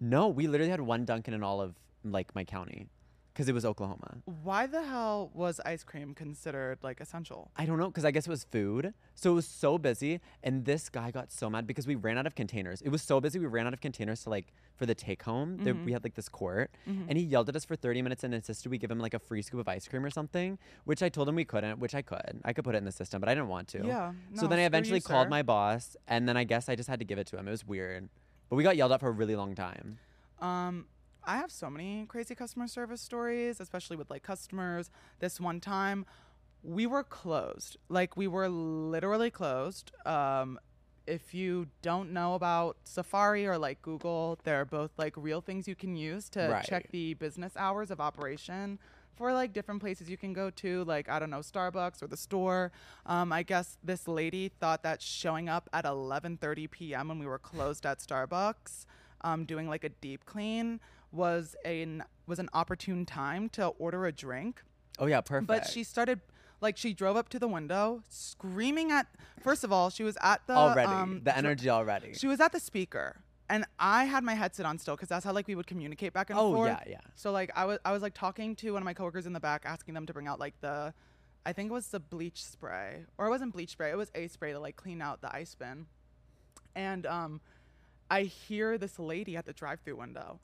[SPEAKER 2] No, we literally had one Duncan in all of like my county. because it was Oklahoma.
[SPEAKER 1] Why the hell was ice cream considered like essential?
[SPEAKER 2] I don't know because I guess it was food. So it was so busy, and this guy got so mad because we ran out of containers. It was so busy, we ran out of containers to like for the take home. There,
[SPEAKER 1] Mm-hmm.
[SPEAKER 2] we had like this court, and he yelled at us for 30 minutes and insisted we give him like a free scoop of ice cream or something, which I told him we couldn't, which I could. I could put it in the system, but I didn't want to.
[SPEAKER 1] Yeah,
[SPEAKER 2] so
[SPEAKER 1] no,
[SPEAKER 2] then I
[SPEAKER 1] screw you,
[SPEAKER 2] eventually called
[SPEAKER 1] sir.
[SPEAKER 2] my boss, and then I guess I just had to give it to him. It was weird, but we got yelled at for a really long time.
[SPEAKER 1] Um, I have so many crazy customer service stories, especially with like customers. This one time, we were closed. Like we were literally closed. Um, if you don't know about Safari or like Google, they're both like real things you can use to
[SPEAKER 2] Right.
[SPEAKER 1] check the business hours of operation for like different places you can go to, like I don't know, Starbucks or the store. Um, I guess this lady thought that showing up at 11:30 p.m. when we were closed at Starbucks, um, doing like a deep clean, was an was an opportune time to order a drink.
[SPEAKER 2] Oh yeah, perfect.
[SPEAKER 1] But she started like she drove up to the window screaming at. First of all, she was at the
[SPEAKER 2] already
[SPEAKER 1] um,
[SPEAKER 2] the
[SPEAKER 1] dr-
[SPEAKER 2] energy already.
[SPEAKER 1] she was at the speaker, and I had my headset on still because that's how like we would communicate back and
[SPEAKER 2] Oh,
[SPEAKER 1] forth.
[SPEAKER 2] yeah, yeah.
[SPEAKER 1] So like I was I was like talking to one of my coworkers in the back, asking them to bring out like the, I think it was the bleach spray or it wasn't bleach spray, it was a spray to like clean out the ice bin, and um, I hear this lady at the drive-through window,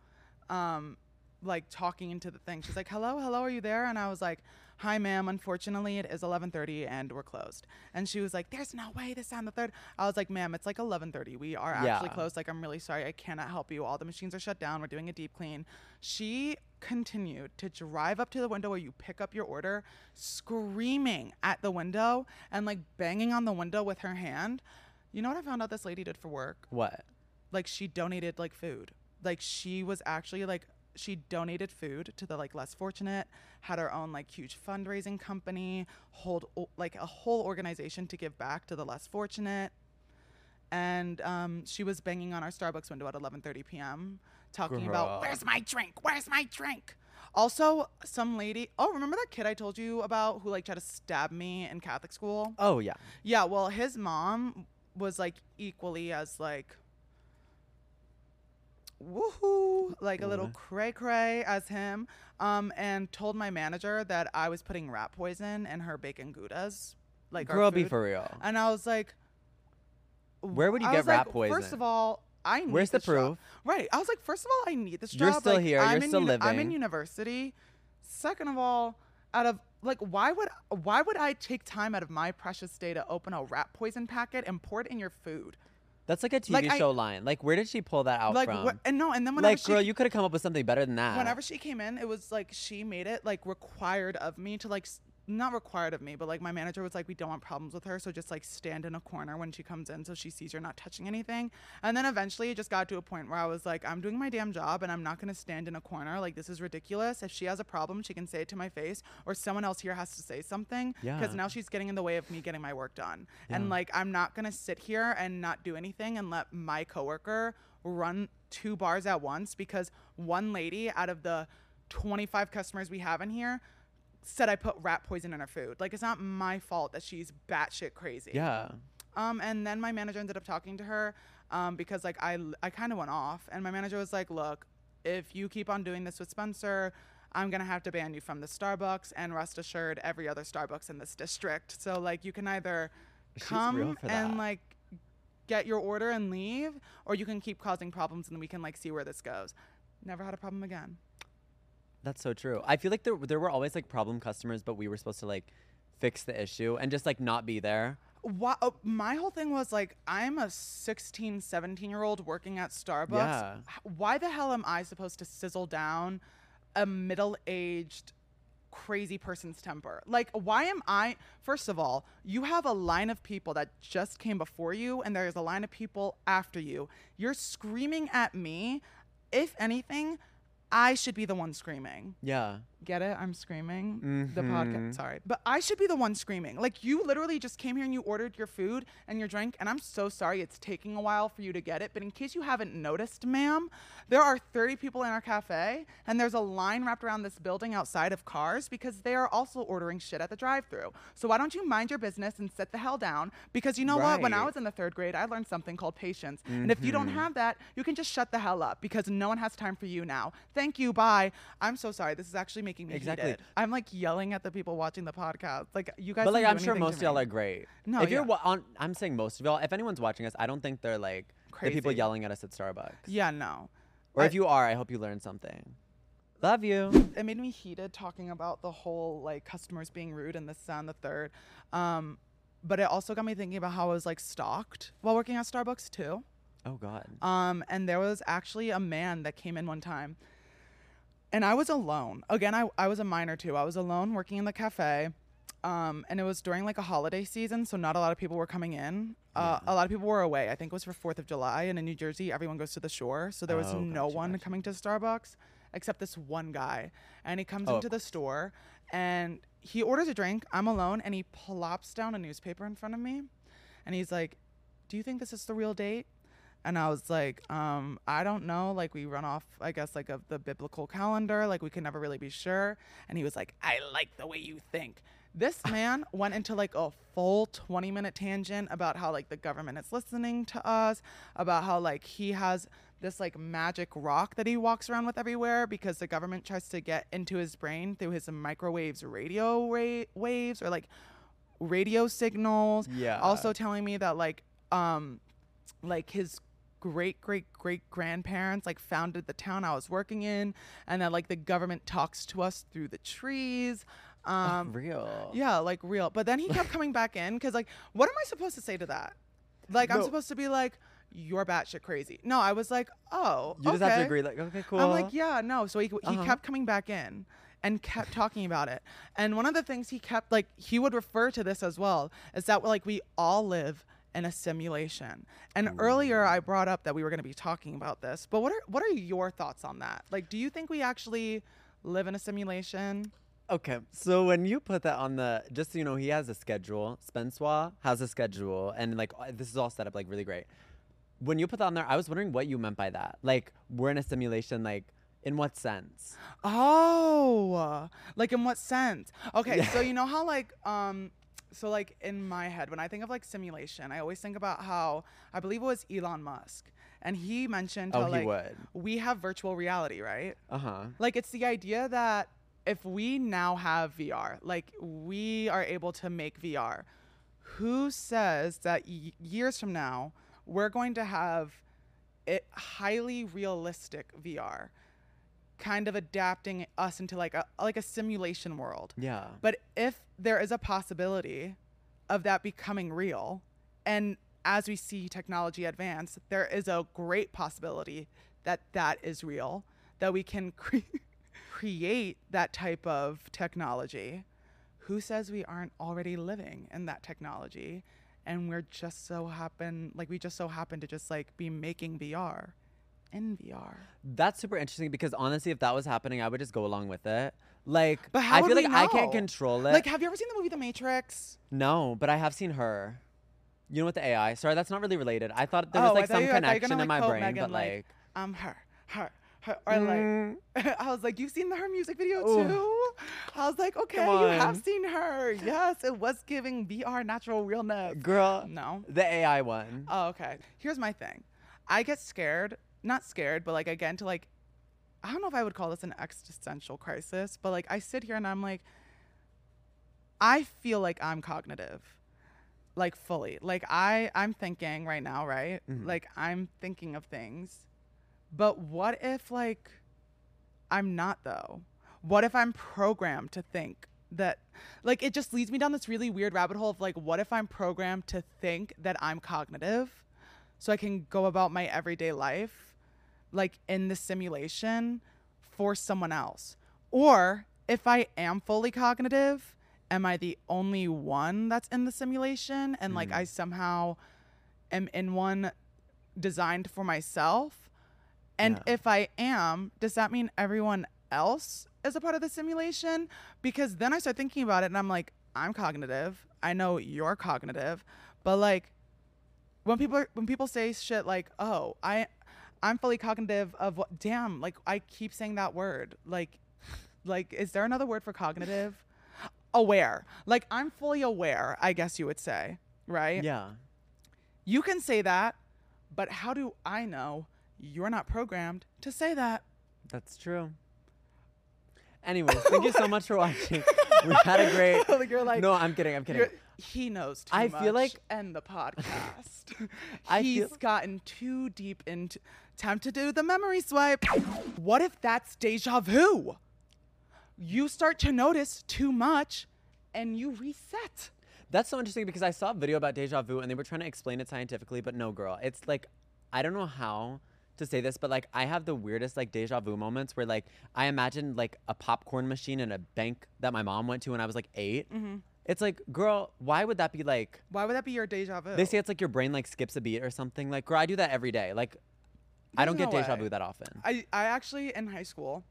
[SPEAKER 1] um, like talking into the thing. She's like, "Hello, hello, are you there?" And I was like, "Hi, ma'am. Unfortunately, it is 11:30 and we're closed." And she was like, "There's no way this time the third. I was like, "Ma'am, it's like 11:30. We are actually
[SPEAKER 2] Yeah.
[SPEAKER 1] closed. Like, I'm really sorry. I cannot help you. All the machines are shut down. We're doing a deep clean." She continued to drive up to the window where you pick up your order, screaming at the window and like banging on the window with her hand. You know what I found out this lady did for work?
[SPEAKER 2] what?
[SPEAKER 1] like she donated like food like she was actually like she donated food to the like less fortunate had her own like huge fundraising company hold o- like a whole organization to give back to the less fortunate and um, she was banging on our starbucks window at 11.30 p.m talking
[SPEAKER 2] Girl.
[SPEAKER 1] about where's my drink where's my drink also some lady oh remember that kid i told you about who like tried to stab me in catholic school
[SPEAKER 2] Oh yeah.
[SPEAKER 1] yeah, well, his mom was like equally as like woohoo, like a little
[SPEAKER 2] Mm.
[SPEAKER 1] cray cray as him. Um, and told my manager that I was putting rat poison in her bacon goudas, like our
[SPEAKER 2] Girl, be
[SPEAKER 1] food.
[SPEAKER 2] for real.
[SPEAKER 1] And I was like,
[SPEAKER 2] Where would you
[SPEAKER 1] I
[SPEAKER 2] get
[SPEAKER 1] was like,
[SPEAKER 2] rat poison?
[SPEAKER 1] First of all, I need
[SPEAKER 2] Where's the
[SPEAKER 1] this job."
[SPEAKER 2] proof?
[SPEAKER 1] Right. I was like, first of all, I need this job.
[SPEAKER 2] You're still
[SPEAKER 1] Like,
[SPEAKER 2] here.
[SPEAKER 1] I'm
[SPEAKER 2] You're
[SPEAKER 1] in
[SPEAKER 2] still
[SPEAKER 1] I'm in
[SPEAKER 2] living.
[SPEAKER 1] university. Second of all, out of like, why would why would I take time out of my precious day to open a rat poison packet and pour it in your food?
[SPEAKER 2] That's like a TV
[SPEAKER 1] Like, I-
[SPEAKER 2] show line. Like, where did she pull that out
[SPEAKER 1] like,
[SPEAKER 2] from?
[SPEAKER 1] wh- and no, and then whenever
[SPEAKER 2] like,
[SPEAKER 1] she,
[SPEAKER 2] girl, you could have come up with something better than that.
[SPEAKER 1] whenever she came in, it was like she made it like required of me to like s- not required of me, but like my manager was like, we don't want problems with her, so just like stand in a corner when she comes in, so she sees you're not touching anything. And then eventually, it just got to a point where I was like, I'm doing my damn job, and I'm not gonna stand in a corner. Like this is ridiculous. If she has a problem, she can say it to my face, or someone else here has to say something,
[SPEAKER 2] Yeah.
[SPEAKER 1] because now she's getting in the way of me getting my work done. And like, I'm not gonna sit here and not do anything and let my coworker run two bars at once because one lady out of the 25 customers we have in here said I put rat poison in her food. Like it's not my fault that she's batshit crazy.
[SPEAKER 2] yeah.
[SPEAKER 1] Um, and then my manager ended up talking to her um, because like I I kind of went off, and my manager was like, "Look, if you keep on doing this with Spencer." I'm gonna have to ban you from the Starbucks and rest assured every other Starbucks in this district. So like you can either
[SPEAKER 2] She's real
[SPEAKER 1] come
[SPEAKER 2] for that.
[SPEAKER 1] and like get your order and leave, or you can keep causing problems and we can like see where this goes. Never had a problem again.
[SPEAKER 2] That's so true. I feel like there there were always like problem customers, but we were supposed to like fix the issue and just like not be there.
[SPEAKER 1] Wha- uh my whole thing was like i'm a 16 17 year old working at starbucks
[SPEAKER 2] Yeah.
[SPEAKER 1] H- why the hell am i supposed to sizzle down a middle-aged crazy person's temper like why am i first of all you have a line of people that just came before you and there's a line of people after you you're screaming at me if anything i should be the one screaming
[SPEAKER 2] Yeah.
[SPEAKER 1] get it i'm screaming the
[SPEAKER 2] Mhm.
[SPEAKER 1] podcast sorry but i should be the one screaming like you literally just came here and you ordered your food and your drink and i'm so sorry it's taking a while for you to get it but in case you haven't noticed ma'am there are 30 people in our cafe and there's a line wrapped around this building outside of cars because they are also ordering shit at the drive-through so why don't you mind your business and sit the hell down because you know what when i
[SPEAKER 2] Right.
[SPEAKER 1] was in the third grade i learned something called patience and if you don't have that you can just shut the hell up because no one has time for you now thank you bye i'm so sorry this is actually making making me
[SPEAKER 2] Exactly.
[SPEAKER 1] heated. I'm like yelling at the people watching the podcast. Like you guys.
[SPEAKER 2] But like,
[SPEAKER 1] didn't
[SPEAKER 2] I'm
[SPEAKER 1] do
[SPEAKER 2] sure
[SPEAKER 1] anything to
[SPEAKER 2] most of y'all
[SPEAKER 1] me.
[SPEAKER 2] are great.
[SPEAKER 1] No,
[SPEAKER 2] if you're
[SPEAKER 1] yeah.
[SPEAKER 2] wa- on, I'm saying most of y'all. If anyone's watching us, I don't think they're like the people
[SPEAKER 1] Crazy.
[SPEAKER 2] yelling at us at Starbucks.
[SPEAKER 1] Yeah, no.
[SPEAKER 2] Or
[SPEAKER 1] I-
[SPEAKER 2] if you are, I hope you learned something. Love you.
[SPEAKER 1] it made me heated talking about the whole like customers being rude and this that, and the third um but it also got me thinking about how i was like stalked while working at starbucks too
[SPEAKER 2] Oh God.
[SPEAKER 1] um and there was actually a man that came in one time and i was alone again i, I was a minor too i was alone working in the cafe um, and it was during like a holiday season, so not a lot of people were coming in. Uh, A lot of people were away. I think it was for Fourth of July, and in New Jersey, everyone goes to the shore, so there was
[SPEAKER 2] Oh,
[SPEAKER 1] no
[SPEAKER 2] gotcha,
[SPEAKER 1] one
[SPEAKER 2] gotcha.
[SPEAKER 1] coming to Starbucks except this one guy, and he comes
[SPEAKER 2] Oh, of
[SPEAKER 1] into the store and he orders a drink. I'm alone, and he plops down a newspaper in front of me, and he's like, "Do you think this is the real date?" And I was like, um, I don't know. Like, we run off, I guess, like of the biblical calendar. Like, we can never really be sure. And he was like, I like the way you think. This man went into like a full 20 minute tangent about how like the government is listening to us, about how like he has this like magic rock that he walks around with everywhere because the government tries to get into his brain through his microwaves, radio ra- waves, or like radio signals.
[SPEAKER 2] Yeah.
[SPEAKER 1] Also telling me that like um like his great great great grandparents like founded the town I was working in and that like the government talks to us through the trees. Um
[SPEAKER 2] Oh, real.
[SPEAKER 1] yeah, like real. But then he kept coming back in cuz like what am I supposed to say to that? Like I'm
[SPEAKER 2] No.
[SPEAKER 1] supposed to be like you're batshit crazy. No, I was like, "Oh,
[SPEAKER 2] You just have to
[SPEAKER 1] okay.
[SPEAKER 2] agree. Like, okay, cool.
[SPEAKER 1] I'm like, yeah, no. So he, he
[SPEAKER 2] Uh-huh.
[SPEAKER 1] kept coming back in and kept talking about it. And one of the things he kept, like, he would refer to this as well, is that, like, we all live in a simulation. And earlier I brought up that we were going to be talking about this, but what are, what are your thoughts on that? Like, do you think we actually live in a simulation?
[SPEAKER 2] Okay, so when you put that on the, just so you know, he has a schedule. Spensois has a schedule, and like uh, this is all set up like really great. When you put that on there, I was wondering what you meant by that. Like we're in a simulation. Like in what sense?
[SPEAKER 1] Oh, like in what sense? Okay, so you know how like um so like in my head when I think of like simulation, I always think about how I believe it was Elon Musk and he mentioned
[SPEAKER 2] Oh,
[SPEAKER 1] how
[SPEAKER 2] he
[SPEAKER 1] like
[SPEAKER 2] would.
[SPEAKER 1] we have virtual reality, right?
[SPEAKER 2] Uh huh.
[SPEAKER 1] Like it's the idea that if we now have VR, like we are able to make VR, who says that y- years from now we're going to have it highly realistic VR, kind of adapting us into like a like a simulation world.
[SPEAKER 2] Yeah.
[SPEAKER 1] But if there is a possibility of that becoming real, and as we see technology advance, there is a great possibility that that is real, that we can cre- create that type of technology. Who says we aren't already living in that technology? And we're just so happen, like, we just so happen to just like be making VR in VR.
[SPEAKER 2] That's super interesting because honestly, if that was happening, I would just go along with it. Like,
[SPEAKER 1] But how
[SPEAKER 2] I
[SPEAKER 1] would
[SPEAKER 2] feel like
[SPEAKER 1] we
[SPEAKER 2] I can't
[SPEAKER 1] know?
[SPEAKER 2] control it.
[SPEAKER 1] Like, have you ever seen the movie The Matrix?
[SPEAKER 2] no, but I have seen her. You know what the AI? Sorry, that's not really related. I thought there was
[SPEAKER 1] Oh, I
[SPEAKER 2] like
[SPEAKER 1] thought
[SPEAKER 2] some
[SPEAKER 1] you- I thought you were
[SPEAKER 2] connection
[SPEAKER 1] gonna,
[SPEAKER 2] in
[SPEAKER 1] like,
[SPEAKER 2] my
[SPEAKER 1] quote
[SPEAKER 2] brain,
[SPEAKER 1] Megan,
[SPEAKER 2] but
[SPEAKER 1] like,
[SPEAKER 2] like,
[SPEAKER 1] I'm Um, her, her, her, or like.
[SPEAKER 2] mm,
[SPEAKER 1] I was like, you've seen her music video
[SPEAKER 2] Ooh.
[SPEAKER 1] too. I was like, okay, you have
[SPEAKER 2] on.
[SPEAKER 1] seen her. Yes, it was giving VR natural realness.
[SPEAKER 2] girl,
[SPEAKER 1] No.
[SPEAKER 2] the AI one.
[SPEAKER 1] Oh, okay. Here's my thing. I get scared, not scared, but like I get into like, I don't know if I would call this an existential crisis, but like I sit here and I'm like, I feel like I'm cognitive, like fully. Like I, I'm thinking right now, right?
[SPEAKER 2] Mhm.
[SPEAKER 1] Like I'm thinking of things, but what if like, I'm not though? What if I'm programmed to think that like it just leads me down this really weird rabbit hole of like what if I'm programmed to think that I'm cognitive so I can go about my everyday life like in the simulation for someone else? Or if I am fully cognitive, am I the only one that's in the simulation and like
[SPEAKER 2] Mm.
[SPEAKER 1] I somehow am in one designed for myself? And
[SPEAKER 2] Yeah.
[SPEAKER 1] if I am, does that mean everyone else is a part of the simulation? Because then I start thinking about it and I'm like, I'm cognitive. I know you're cognitive. But like when people are, when people say shit like, "Oh, I I'm fully cognitive of what damn, like I keep saying that word. Like like is there another word for cognitive? Aware. Like I'm fully aware, I guess you would say, right?
[SPEAKER 2] Yeah.
[SPEAKER 1] You can say that, but how do I know you're not programmed to say that?
[SPEAKER 2] That's true. Anyways, thank you so much for watching. We had a great.
[SPEAKER 1] Like, you're like-
[SPEAKER 2] no, I'm kidding. I'm kidding.
[SPEAKER 1] You're- he knows too
[SPEAKER 2] I
[SPEAKER 1] much.
[SPEAKER 2] feel like-
[SPEAKER 1] and the podcast.
[SPEAKER 2] I
[SPEAKER 1] He's
[SPEAKER 2] feel-
[SPEAKER 1] gotten too deep into. Time to do the memory swipe. What if that's deja vu? You start to notice too much, and you reset.
[SPEAKER 2] That's so interesting because I saw a video about deja vu and they were trying to explain it scientifically, but no, girl. It's like, I don't know how to say this, but like, I have the weirdest like deja vu moments where like I imagined like a popcorn machine in a bank that my mom went to when I was like 8
[SPEAKER 1] Mm-hmm.
[SPEAKER 2] It's like, girl, why would that be like?
[SPEAKER 1] Why would that be your deja vu?
[SPEAKER 2] They say it's like your brain like skips a beat or something. Like, girl, I do that every day. Like, I don't
[SPEAKER 1] There's
[SPEAKER 2] get
[SPEAKER 1] no
[SPEAKER 2] deja
[SPEAKER 1] way.
[SPEAKER 2] vu that often.
[SPEAKER 1] I, I actually in high school,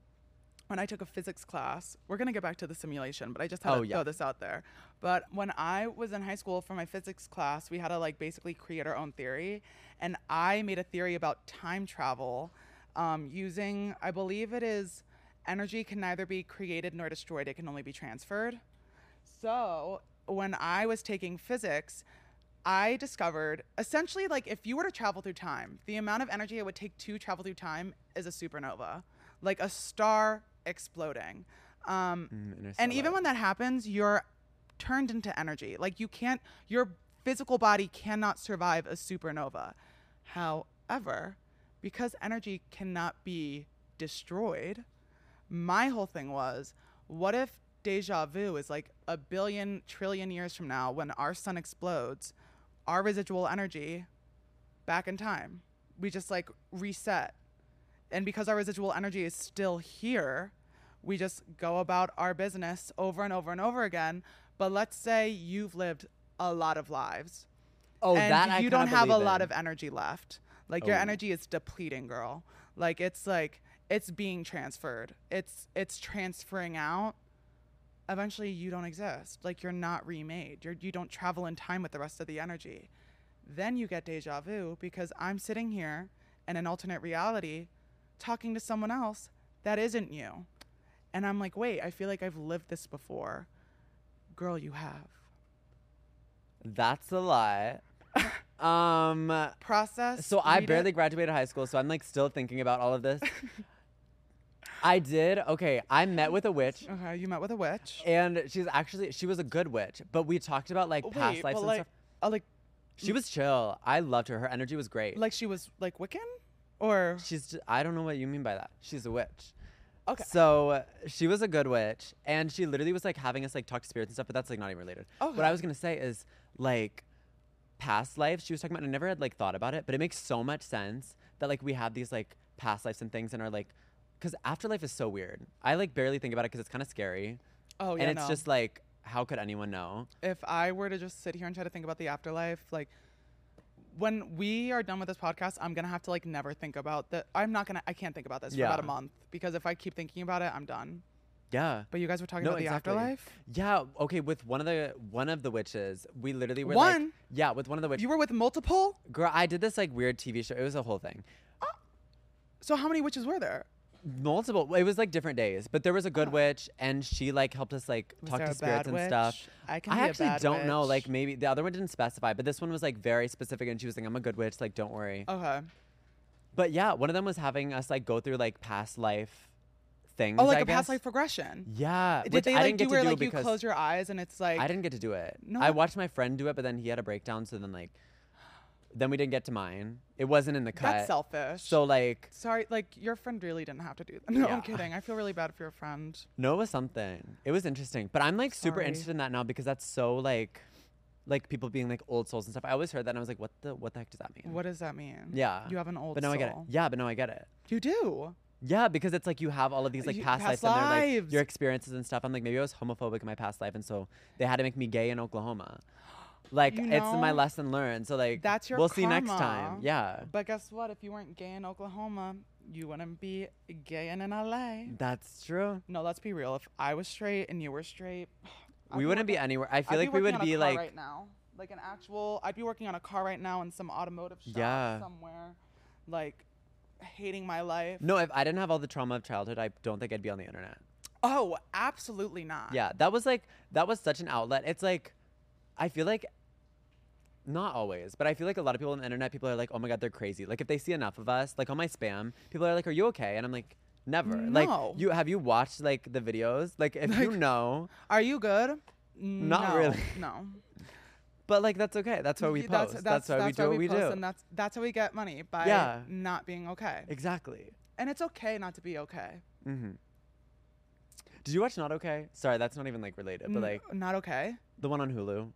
[SPEAKER 1] when I took a physics class, we're gonna get back to the simulation, but I just had
[SPEAKER 2] Oh,
[SPEAKER 1] to
[SPEAKER 2] yeah.
[SPEAKER 1] throw this out there. But when I was in high school for my physics class, we had to like basically create our own theory, and I made a theory about time travel, um, using I believe it is energy can neither be created nor destroyed; it can only be transferred. So when I was taking physics, I discovered essentially like if you were to travel through time, the amount of energy it would take to travel through time is a supernova, like a star exploding. Um,
[SPEAKER 2] Mm,
[SPEAKER 1] and
[SPEAKER 2] interstellar.
[SPEAKER 1] even when that happens, you're turned into energy. Like you can't, your physical body cannot survive a supernova. However, because energy cannot be destroyed, my whole thing was what if deja vu is like a billion trillion years from now when our sun explodes, our residual energy back in time? We just like reset. And because our residual energy is still here, we just go about our business over and over and over again. But let's say you've lived a lot of lives
[SPEAKER 2] oh,
[SPEAKER 1] and
[SPEAKER 2] that I
[SPEAKER 1] you
[SPEAKER 2] kinda
[SPEAKER 1] don't have a
[SPEAKER 2] believe
[SPEAKER 1] lot
[SPEAKER 2] in.
[SPEAKER 1] of energy left. Like your
[SPEAKER 2] Oh.
[SPEAKER 1] energy is depleting, girl. Like it's like it's being transferred. It's it's transferring out. Eventually, you don't exist. Like you're not remade. You're you don't travel in time with the rest of the energy. Then you get deja vu because I'm sitting here in an alternate reality, talking to someone else that isn't you, and I'm like, wait, I feel like I've lived this before. Girl, you have.
[SPEAKER 2] That's a lot. um.
[SPEAKER 1] Process.
[SPEAKER 2] So I
[SPEAKER 1] read it.
[SPEAKER 2] barely graduated high school, so I'm like still thinking about all of this. I did. Okay, I met with a witch,
[SPEAKER 1] Okay, Uh-huh, you met with a witch.
[SPEAKER 2] and she's actually she was a good witch, but we talked about like
[SPEAKER 1] Wait,
[SPEAKER 2] past lives
[SPEAKER 1] but,
[SPEAKER 2] and
[SPEAKER 1] like,
[SPEAKER 2] stuff.
[SPEAKER 1] uh, like,
[SPEAKER 2] She was chill. I loved her. Her energy was great.
[SPEAKER 1] like she was like Wiccan, or
[SPEAKER 2] she's just, I don't know what you mean by that. She's a witch.
[SPEAKER 1] Okay.
[SPEAKER 2] So uh, she was a good witch, and she literally was like having us like talk to spirits and stuff, but that's like not even related. What
[SPEAKER 1] Okay.
[SPEAKER 2] I was gonna say is like past lives. She was talking about. And I never had like thought about it, but it makes so much sense that like we have these like past lives and things, and are like, because afterlife is so weird. I like barely think about it because it's kind of scary,
[SPEAKER 1] oh yeah,
[SPEAKER 2] and
[SPEAKER 1] no.
[SPEAKER 2] it's just like, how could anyone know?
[SPEAKER 1] if I were to just sit here and try to think about the afterlife, like when we are done with this podcast, I'm gonna have to like never think about that. I'm not gonna. I can't think about this for about a
[SPEAKER 2] Yeah.
[SPEAKER 1] month because if I keep thinking about it, I'm done.
[SPEAKER 2] Yeah.
[SPEAKER 1] But you guys were talking about the afterlife.
[SPEAKER 2] Yeah. Okay. With one of the one of the witches, we literally were like,
[SPEAKER 1] One?
[SPEAKER 2] yeah, with one of the witches.
[SPEAKER 1] You were with multiple.
[SPEAKER 2] Girl, I did this like weird TV show. It was a whole thing.
[SPEAKER 1] So how many witches were there?
[SPEAKER 2] Multiple. It was like different days, but there was a good witch, and she like helped us like
[SPEAKER 1] Was
[SPEAKER 2] talk
[SPEAKER 1] there
[SPEAKER 2] to
[SPEAKER 1] a
[SPEAKER 2] spirits
[SPEAKER 1] bad
[SPEAKER 2] and stuff.
[SPEAKER 1] witch? I can
[SPEAKER 2] I
[SPEAKER 1] be a
[SPEAKER 2] actually
[SPEAKER 1] bad
[SPEAKER 2] don't know.
[SPEAKER 1] witch.
[SPEAKER 2] Like maybe the other one didn't specify, but this one was like very specific, and she was like, "I'm a good witch. Like, don't worry."
[SPEAKER 1] Okay.
[SPEAKER 2] But yeah, one of them was having us like go through like past life things.
[SPEAKER 1] Oh, like
[SPEAKER 2] I
[SPEAKER 1] a past
[SPEAKER 2] guess.
[SPEAKER 1] life regression.
[SPEAKER 2] Yeah.
[SPEAKER 1] Did
[SPEAKER 2] which
[SPEAKER 1] they
[SPEAKER 2] I
[SPEAKER 1] like
[SPEAKER 2] didn't
[SPEAKER 1] do
[SPEAKER 2] get
[SPEAKER 1] where
[SPEAKER 2] to do
[SPEAKER 1] like you
[SPEAKER 2] because
[SPEAKER 1] close your eyes and it's like
[SPEAKER 2] I didn't get to do it.
[SPEAKER 1] No,
[SPEAKER 2] I
[SPEAKER 1] what-
[SPEAKER 2] watched my friend do it, but then he had a breakdown. So then like, then we didn't get to mine. It wasn't in the cut.
[SPEAKER 1] that's selfish.
[SPEAKER 2] So like,
[SPEAKER 1] Sorry, like your friend really didn't have to do that. No,
[SPEAKER 2] Yeah.
[SPEAKER 1] I'm kidding. I feel really bad for your friend.
[SPEAKER 2] No, it was something. It was interesting. But I'm like super
[SPEAKER 1] Sorry.
[SPEAKER 2] interested in that now because that's so like like people being like old souls and stuff. I always heard that and I was like, what the what the heck does that mean?
[SPEAKER 1] What does that mean?
[SPEAKER 2] Yeah.
[SPEAKER 1] You have an old
[SPEAKER 2] But now I get it.
[SPEAKER 1] soul.
[SPEAKER 2] Yeah, but now I get it.
[SPEAKER 1] You do.
[SPEAKER 2] Yeah, because it's like you have all of these like
[SPEAKER 1] You-
[SPEAKER 2] past,
[SPEAKER 1] past
[SPEAKER 2] lives, and they're like
[SPEAKER 1] lives.
[SPEAKER 2] your experiences and stuff. I'm like, maybe I was homophobic in my past life and so they had to make me gay in Oklahoma. Like
[SPEAKER 1] You
[SPEAKER 2] it's my
[SPEAKER 1] know,
[SPEAKER 2] lesson learned. So like
[SPEAKER 1] that's your
[SPEAKER 2] we'll see next time.
[SPEAKER 1] karma.
[SPEAKER 2] Yeah.
[SPEAKER 1] But guess what? If you weren't gay in Oklahoma, you wouldn't be gay in LA.
[SPEAKER 2] That's true.
[SPEAKER 1] No, let's be real. If I was straight and you were straight, I'd
[SPEAKER 2] we wouldn't be
[SPEAKER 1] working-
[SPEAKER 2] anywhere. I feel
[SPEAKER 1] I'd
[SPEAKER 2] like we
[SPEAKER 1] working
[SPEAKER 2] would
[SPEAKER 1] on a
[SPEAKER 2] be
[SPEAKER 1] car
[SPEAKER 2] like
[SPEAKER 1] right now, like an actual. I'd be working on a car right now in some automotive shop
[SPEAKER 2] Yeah.
[SPEAKER 1] somewhere, like hating my life.
[SPEAKER 2] No, if I didn't have all the trauma of childhood, I don't think I'd be on the internet.
[SPEAKER 1] Oh, absolutely not.
[SPEAKER 2] Yeah, that was like that was such an outlet. It's like I feel like not always, but I feel like a lot of people on the internet, people are like, oh my god, they're crazy. Like if they see enough of us, like on my spam, people are like, are you okay? And I'm like, Never.
[SPEAKER 1] No.
[SPEAKER 2] Like you have you watched like the videos? Like if you know,
[SPEAKER 1] Are you good?
[SPEAKER 2] Not
[SPEAKER 1] No,
[SPEAKER 2] really.
[SPEAKER 1] No.
[SPEAKER 2] but like that's okay. That's why we
[SPEAKER 1] Y-
[SPEAKER 2] post. That's, why we do
[SPEAKER 1] why
[SPEAKER 2] what we
[SPEAKER 1] post,
[SPEAKER 2] do.
[SPEAKER 1] And that's that's how we get money by
[SPEAKER 2] Yeah.
[SPEAKER 1] not being okay.
[SPEAKER 2] exactly.
[SPEAKER 1] And it's okay not to be okay.
[SPEAKER 2] Mm-hmm. Did you watch Not Okay? Sorry, that's not even like related,
[SPEAKER 1] N-
[SPEAKER 2] but like
[SPEAKER 1] not okay.
[SPEAKER 2] the one on Hulu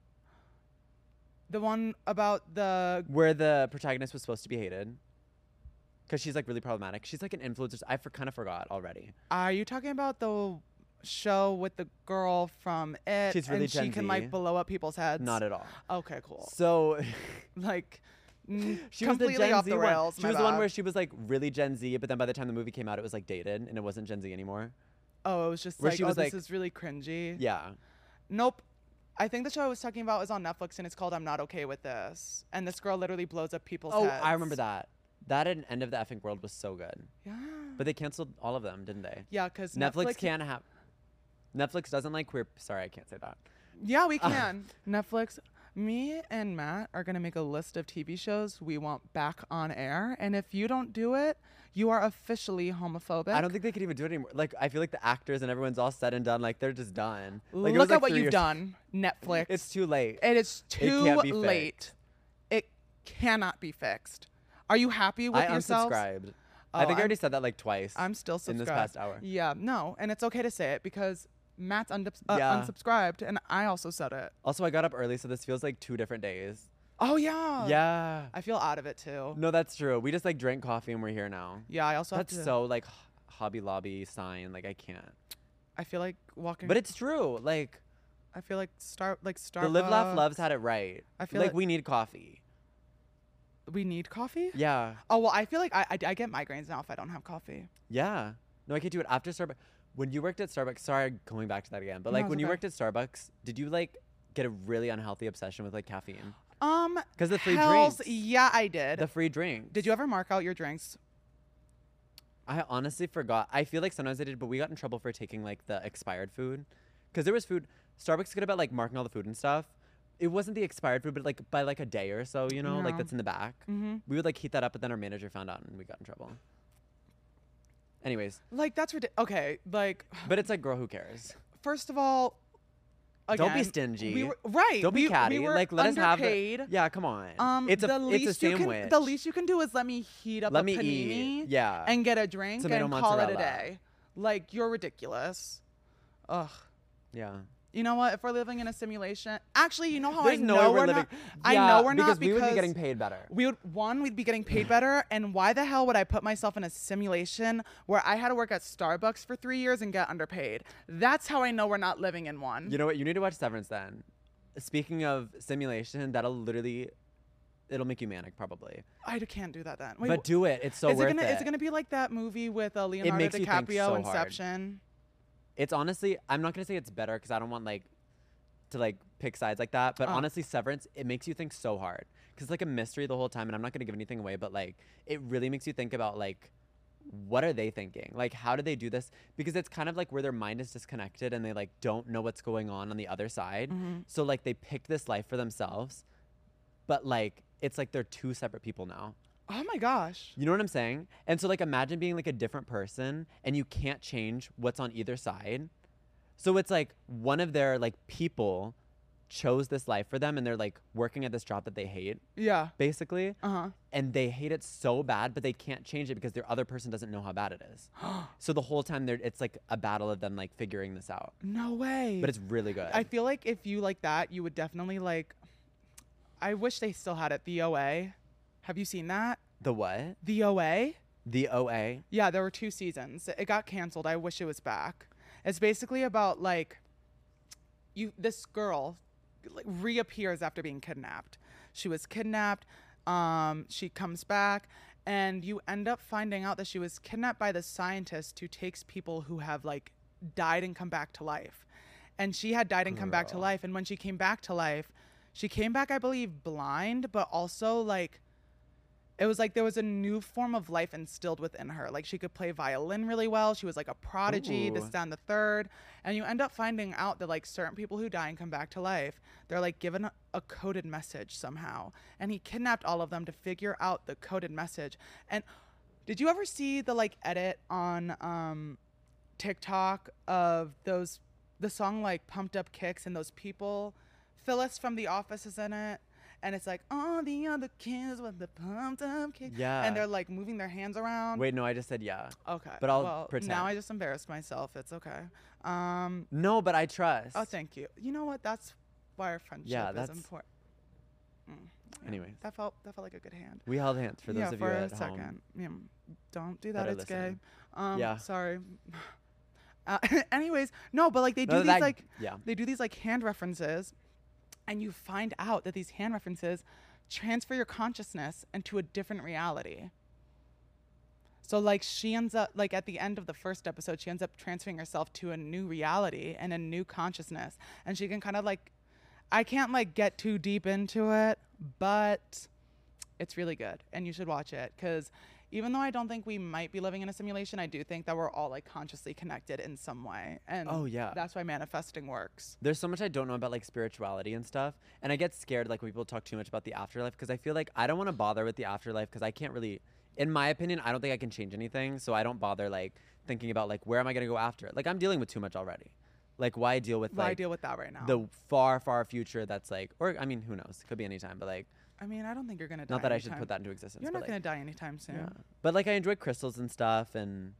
[SPEAKER 1] The one about the
[SPEAKER 2] where the protagonist was supposed to be hated because she's like really problematic. She's like an influencer. I for, kind of forgot already.
[SPEAKER 1] Are you talking about the show with the girl from it?
[SPEAKER 2] She's really
[SPEAKER 1] and she
[SPEAKER 2] Gen
[SPEAKER 1] can
[SPEAKER 2] Z.
[SPEAKER 1] like blow up people's heads.
[SPEAKER 2] Not at all.
[SPEAKER 1] okay, cool.
[SPEAKER 2] So
[SPEAKER 1] Like mm,
[SPEAKER 2] she
[SPEAKER 1] completely
[SPEAKER 2] was the Gen
[SPEAKER 1] off
[SPEAKER 2] Z
[SPEAKER 1] the
[SPEAKER 2] one.
[SPEAKER 1] rails.
[SPEAKER 2] She
[SPEAKER 1] my
[SPEAKER 2] was the one
[SPEAKER 1] bad.
[SPEAKER 2] where she was like really Gen Z, but then by the time the movie came out, it was like dated and it wasn't Gen Z anymore.
[SPEAKER 1] oh, it was just
[SPEAKER 2] where
[SPEAKER 1] like
[SPEAKER 2] she
[SPEAKER 1] oh,
[SPEAKER 2] was
[SPEAKER 1] this
[SPEAKER 2] like-
[SPEAKER 1] is really cringy.
[SPEAKER 2] Yeah.
[SPEAKER 1] Nope. I think the show I was talking about is on Netflix and it's called I'm Not Okay with This. And this girl literally blows up people's
[SPEAKER 2] Oh,
[SPEAKER 1] heads.
[SPEAKER 2] I remember that. That and End of the Effing World was so good,
[SPEAKER 1] Yeah.
[SPEAKER 2] but they canceled all of them, didn't they?
[SPEAKER 1] Yeah, because
[SPEAKER 2] Netflix,
[SPEAKER 1] Netflix
[SPEAKER 2] can't have. Netflix doesn't like queer. Sorry, I can't say that.
[SPEAKER 1] Yeah, we can. Netflix. Me and Matt are going to make a list of TV shows we want back on air. And if you don't do it, you are officially homophobic.
[SPEAKER 2] I don't think they could even do it anymore. Like, I feel like the actors and everyone's all said and done. Like, they're just done. Like, it
[SPEAKER 1] Look
[SPEAKER 2] was,
[SPEAKER 1] at
[SPEAKER 2] like,
[SPEAKER 1] what
[SPEAKER 2] three
[SPEAKER 1] you've
[SPEAKER 2] years-
[SPEAKER 1] done, Netflix.
[SPEAKER 2] It's too late.
[SPEAKER 1] it is too
[SPEAKER 2] can't be
[SPEAKER 1] late. It cannot be fixed. Are you happy with
[SPEAKER 2] I
[SPEAKER 1] yourself?
[SPEAKER 2] unsubscribed. I think
[SPEAKER 1] I'm-
[SPEAKER 2] I already said that like twice.
[SPEAKER 1] I'm still subscribed.
[SPEAKER 2] in this past hour.
[SPEAKER 1] Yeah, no, and it's okay to say it because Matt's undub uh,
[SPEAKER 2] Yeah.
[SPEAKER 1] unsubscribed, and I also said it.
[SPEAKER 2] Also, I got up early, so this feels like two different days.
[SPEAKER 1] Oh yeah.
[SPEAKER 2] yeah.
[SPEAKER 1] I feel out of it too.
[SPEAKER 2] No, that's true. We just like drank coffee and we're here now.
[SPEAKER 1] Yeah, I also
[SPEAKER 2] That's
[SPEAKER 1] have to.
[SPEAKER 2] so like h- Hobby Lobby sign. Like, I can't.
[SPEAKER 1] I feel like walking.
[SPEAKER 2] But it's true. Like,
[SPEAKER 1] I feel like star uh, like Starbucks.
[SPEAKER 2] the Live Laugh Loves had it right.
[SPEAKER 1] I feel
[SPEAKER 2] like
[SPEAKER 1] it-
[SPEAKER 2] we need coffee.
[SPEAKER 1] We need coffee.
[SPEAKER 2] Yeah.
[SPEAKER 1] Oh well, I feel like I, I I get migraines now if I don't have coffee.
[SPEAKER 2] Yeah. No, I can't do it after Starbucks. When you worked at Starbucks, sorry, going back to that again, but
[SPEAKER 1] No,
[SPEAKER 2] like
[SPEAKER 1] it's
[SPEAKER 2] when you
[SPEAKER 1] okay.
[SPEAKER 2] worked at Starbucks, did you like get a really unhealthy obsession with like caffeine?
[SPEAKER 1] Um.
[SPEAKER 2] 'Cause the free
[SPEAKER 1] hells-
[SPEAKER 2] drinks.
[SPEAKER 1] Yeah, I did.
[SPEAKER 2] The free drink.
[SPEAKER 1] did you ever mark out your drinks?
[SPEAKER 2] I honestly forgot. I feel like sometimes I did, but we got in trouble for taking like the expired food because there was food. Starbucks good about like marking all the food and stuff. It wasn't the expired food, but like by like a day or so, you know, like
[SPEAKER 1] Yeah.
[SPEAKER 2] that's in the back.
[SPEAKER 1] Mm-hmm.
[SPEAKER 2] We would like heat that up, but then our manager found out and we got in trouble. Anyways,
[SPEAKER 1] Like that's ridiculous. Okay, like
[SPEAKER 2] but it's like, girl, who cares?
[SPEAKER 1] first of all. Again,
[SPEAKER 2] Don't be stingy.
[SPEAKER 1] We were, right.
[SPEAKER 2] Don't be
[SPEAKER 1] we,
[SPEAKER 2] catty.
[SPEAKER 1] We were
[SPEAKER 2] like, let us have.
[SPEAKER 1] underpaid.
[SPEAKER 2] The, yeah, come on.
[SPEAKER 1] Um,
[SPEAKER 2] it's a
[SPEAKER 1] the
[SPEAKER 2] it's
[SPEAKER 1] least
[SPEAKER 2] a
[SPEAKER 1] you
[SPEAKER 2] sandwich.
[SPEAKER 1] Can, the least you can do is let me heat up
[SPEAKER 2] let
[SPEAKER 1] a
[SPEAKER 2] me
[SPEAKER 1] panini
[SPEAKER 2] eat. Yeah.
[SPEAKER 1] and get a drink
[SPEAKER 2] Tomato
[SPEAKER 1] and call it a
[SPEAKER 2] mozzarella.
[SPEAKER 1] day. Like you're ridiculous. Ugh.
[SPEAKER 2] yeah.
[SPEAKER 1] You know what? If we're living in a simulation, actually, you know how
[SPEAKER 2] There's
[SPEAKER 1] I
[SPEAKER 2] no
[SPEAKER 1] know
[SPEAKER 2] way
[SPEAKER 1] we're
[SPEAKER 2] we're living.
[SPEAKER 1] not. I
[SPEAKER 2] Yeah,
[SPEAKER 1] know we're
[SPEAKER 2] because
[SPEAKER 1] not
[SPEAKER 2] we
[SPEAKER 1] because
[SPEAKER 2] would be getting paid better.
[SPEAKER 1] we would one we'd be getting paid better, and why the hell would I put myself in a simulation where I had to work at Starbucks for three years and get underpaid? That's how I know we're not living in one.
[SPEAKER 2] You know what? You need to watch Severance then. Speaking of simulation, that'll literally, it'll make you manic probably.
[SPEAKER 1] I can't do that then. Wait,
[SPEAKER 2] but
[SPEAKER 1] wh-
[SPEAKER 2] do it. It's so
[SPEAKER 1] is it
[SPEAKER 2] worth
[SPEAKER 1] gonna
[SPEAKER 2] it.
[SPEAKER 1] is it gonna be like that movie with uh, Leonardo
[SPEAKER 2] makes you think
[SPEAKER 1] DiCaprio
[SPEAKER 2] so hard.
[SPEAKER 1] Inception?
[SPEAKER 2] It's honestly, I'm not gonna say it's better because I don't want like to like pick sides like that. But
[SPEAKER 1] Oh.
[SPEAKER 2] honestly, Severance it makes you think so hard because it's like a mystery the whole time, and I'm not gonna give anything away. But like, it really makes you think about like, what are they thinking? Like, how do they do this? Because it's kind of like where their mind is disconnected and they like don't know what's going on on the other side. So like, they picked this life for themselves, but like, it's like they're two separate people now.
[SPEAKER 1] Oh my gosh.
[SPEAKER 2] You know what I'm saying? And so like imagine being like a different person and you can't change what's on either side. So it's like one of their like people chose this life for them and they're like working at this job that they hate
[SPEAKER 1] Yeah.
[SPEAKER 2] basically
[SPEAKER 1] Uh
[SPEAKER 2] and they hate it so bad but they can't change it because their other person doesn't know how bad it is.
[SPEAKER 1] huh.
[SPEAKER 2] So the whole time they're it's like a battle of them like figuring this out.
[SPEAKER 1] no way.
[SPEAKER 2] But it's really good.
[SPEAKER 1] I feel like if you like that, you would definitely like. I wish they still had it. The OA. Have you seen that?
[SPEAKER 2] the what?
[SPEAKER 1] The OA.
[SPEAKER 2] The OA?
[SPEAKER 1] Yeah, there were two seasons. It got canceled. I wish it was back. It's basically about like you this girl like reappears after being kidnapped. She was kidnapped. Um, she comes back and you end up finding out that she was kidnapped by the scientist who takes people who have like died and come back to life. And she had died and come back to
[SPEAKER 2] Girl.
[SPEAKER 1] life and when she came back to life, she came back I believe blind but also like it was like there was a new form of life instilled within her. Like she could play violin really well. She was like a prodigy, this,
[SPEAKER 2] Ooh.
[SPEAKER 1] that, and the third. And you end up finding out that like certain people who die and come back to life, they're like given a, a coded message somehow. And he kidnapped all of them to figure out the coded message. And Did you ever see the like edit on um, TikTok of those the song like "Pumped Up Kicks" and those people? Phyllis from The Office is in it, and it's like all the other kids with the pumped up kicks,
[SPEAKER 2] Yeah.
[SPEAKER 1] and they're like moving their hands around.
[SPEAKER 2] Wait, no, I just said yeah.
[SPEAKER 1] okay,
[SPEAKER 2] but I'll
[SPEAKER 1] well,
[SPEAKER 2] pretend.
[SPEAKER 1] Now I just embarrassed myself. It's okay. Um,
[SPEAKER 2] No, but I trust.
[SPEAKER 1] oh, thank you. You know what? That's why our friendship
[SPEAKER 2] Yeah,
[SPEAKER 1] is
[SPEAKER 2] that's-
[SPEAKER 1] important. Mm, yeah.
[SPEAKER 2] Anyways.
[SPEAKER 1] that felt that felt like a good hand.
[SPEAKER 2] We held hands for those
[SPEAKER 1] yeah,
[SPEAKER 2] of
[SPEAKER 1] for
[SPEAKER 2] you
[SPEAKER 1] a
[SPEAKER 2] at
[SPEAKER 1] second.
[SPEAKER 2] home.
[SPEAKER 1] Yeah, don't do that.
[SPEAKER 2] that are
[SPEAKER 1] it's
[SPEAKER 2] listening.
[SPEAKER 1] gay. Um,
[SPEAKER 2] Yeah.
[SPEAKER 1] Sorry. Uh, anyways, no, but like they do
[SPEAKER 2] No,
[SPEAKER 1] these
[SPEAKER 2] that-
[SPEAKER 1] like
[SPEAKER 2] yeah.
[SPEAKER 1] they do these like hand references, and you find out that these hand references transfer your consciousness into a different reality. So like she ends up like at the end of the first episode, she ends up transferring herself to a new reality and a new consciousness, and she can kind of like, I can't like get too deep into it, but it's really good and you should watch it because even though I don't think we might be living in a simulation, I do think that we're all like consciously connected in some way, and
[SPEAKER 2] Oh, yeah.
[SPEAKER 1] that's why manifesting works.
[SPEAKER 2] There's so much I don't know about like spirituality and stuff, and I get scared like when people talk too much about the afterlife because I feel like I don't want to bother with the afterlife because I can't really, in my opinion, I don't think I can change anything, so I don't bother like thinking about like where am I gonna go after it. Like I'm dealing with too much already. Like why deal with
[SPEAKER 1] Why
[SPEAKER 2] like
[SPEAKER 1] deal with that right now?
[SPEAKER 2] the far far future that's like, or I mean who knows, could be any time, but like
[SPEAKER 1] I mean, I don't think you're gonna. die
[SPEAKER 2] not that I
[SPEAKER 1] anytime-
[SPEAKER 2] should put that into existence.
[SPEAKER 1] You're
[SPEAKER 2] but,
[SPEAKER 1] not
[SPEAKER 2] like,
[SPEAKER 1] gonna die anytime soon.
[SPEAKER 2] Yeah. But like I enjoy crystals and stuff, and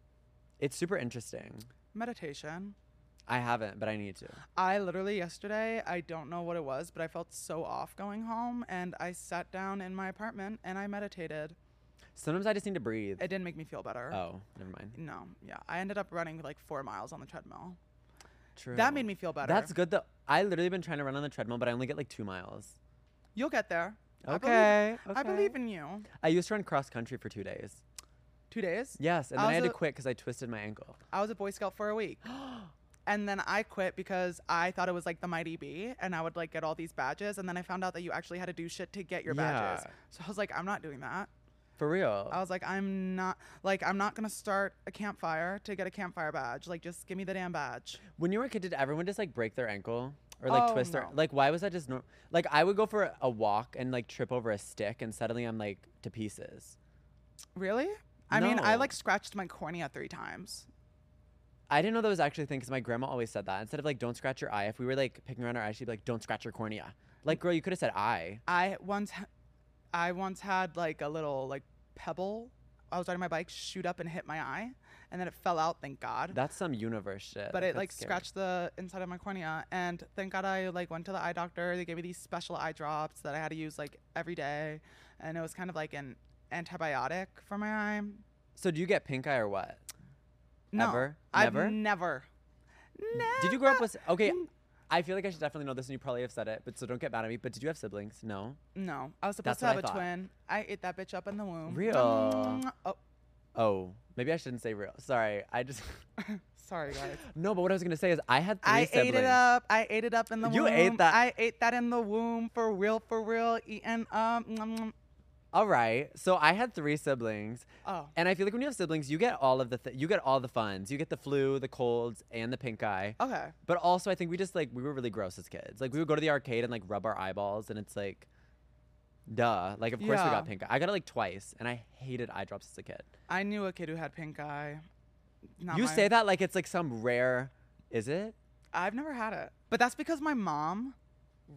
[SPEAKER 2] it's super interesting.
[SPEAKER 1] Meditation.
[SPEAKER 2] I haven't, but I need to.
[SPEAKER 1] I literally yesterday, I don't know what it was, but I felt so off going home and I sat down in my apartment and I meditated.
[SPEAKER 2] Sometimes I just need to breathe.
[SPEAKER 1] It didn't make me feel better.
[SPEAKER 2] oh, never mind.
[SPEAKER 1] No, yeah. I ended up running like four miles on the treadmill.
[SPEAKER 2] True.
[SPEAKER 1] That made me feel better.
[SPEAKER 2] That's good though. I literally been trying to run on the treadmill, but I only get like two miles.
[SPEAKER 1] You'll get there. I believe-
[SPEAKER 2] Okay.
[SPEAKER 1] I believe in you.
[SPEAKER 2] I used to run cross country for two days.
[SPEAKER 1] Two days.
[SPEAKER 2] Yes, and
[SPEAKER 1] I
[SPEAKER 2] then I had to
[SPEAKER 1] also-
[SPEAKER 2] quit because I twisted my ankle.
[SPEAKER 1] I was a Boy Scout for a week. and then I quit because I thought it was like the Mighty Bee and I would like get all these badges. And then I found out that you actually had to do shit to get your badges.
[SPEAKER 2] Yeah.
[SPEAKER 1] So I was like, I'm not doing that.
[SPEAKER 2] For real.
[SPEAKER 1] I was like, I'm not like I'm not gonna start a campfire to get a campfire badge. Like, just give me the damn badge.
[SPEAKER 2] when you were a kid, did everyone just like break their ankle or like
[SPEAKER 1] Oh,
[SPEAKER 2] twist their
[SPEAKER 1] no.
[SPEAKER 2] like? Why was that just normal? Like I would go for a- a walk and like trip over a stick, and suddenly I'm like to pieces.
[SPEAKER 1] Really? I mean, I
[SPEAKER 2] No.
[SPEAKER 1] like scratched my cornea three times.
[SPEAKER 2] I didn't know that was actually a thing because my grandma always said that. Instead of like, don't scratch your eye, if we were like picking around our eye, she'd be like, don't scratch your cornea. Like, girl, you could have said eye.
[SPEAKER 1] I once, ha- I once had like a little like pebble. I was riding my bike, shoot up and hit my eye, and then it fell out. Thank God.
[SPEAKER 2] That's some universe shit.
[SPEAKER 1] but it like
[SPEAKER 2] That's scary.
[SPEAKER 1] scratched the inside of my cornea, and thank God I like went to the eye doctor. They gave me these special eye drops that I had to use like every day, and it was kind of like an antibiotic for my eye.
[SPEAKER 2] So do you get pink eye or what?
[SPEAKER 1] No,
[SPEAKER 2] Ever?
[SPEAKER 1] I've
[SPEAKER 2] Never?
[SPEAKER 1] never.
[SPEAKER 2] Did you grow up
[SPEAKER 1] Never.
[SPEAKER 2] with? Okay,
[SPEAKER 1] Mm.
[SPEAKER 2] I feel like I should definitely know this, and you probably have said it, but so don't get mad at me. But did you have siblings? No.
[SPEAKER 1] No, I was supposed
[SPEAKER 2] That's
[SPEAKER 1] to
[SPEAKER 2] what I
[SPEAKER 1] have a
[SPEAKER 2] thought.
[SPEAKER 1] twin. I ate that bitch up in the womb.
[SPEAKER 2] Real.
[SPEAKER 1] Oh,
[SPEAKER 2] Oh, maybe I shouldn't say real. Sorry, I just
[SPEAKER 1] sorry guys.
[SPEAKER 2] no. But what I was gonna say is I had three
[SPEAKER 1] I
[SPEAKER 2] siblings.
[SPEAKER 1] ate it up. I ate it up in the
[SPEAKER 2] You
[SPEAKER 1] womb.
[SPEAKER 2] ate that-
[SPEAKER 1] I ate that in the womb for real, for real. Eating um. mm, mm.
[SPEAKER 2] All right, so I had three siblings,
[SPEAKER 1] Oh,
[SPEAKER 2] and I feel like when you have siblings, you get all of the th- you get all the funs. You get the flu, the colds, and the pink eye.
[SPEAKER 1] okay.
[SPEAKER 2] But also, I think we just like we were really gross as kids. Like we would go to the arcade and like rub our eyeballs, and it's like, duh. Like of course we
[SPEAKER 1] Yeah.
[SPEAKER 2] got pink eye. I got it like twice, and I hated eye drops as a kid.
[SPEAKER 1] I knew a kid who had pink eye. Not
[SPEAKER 2] you
[SPEAKER 1] mine.
[SPEAKER 2] say that like it's like some rare. Is it?
[SPEAKER 1] I've never had it, but that's because my mom.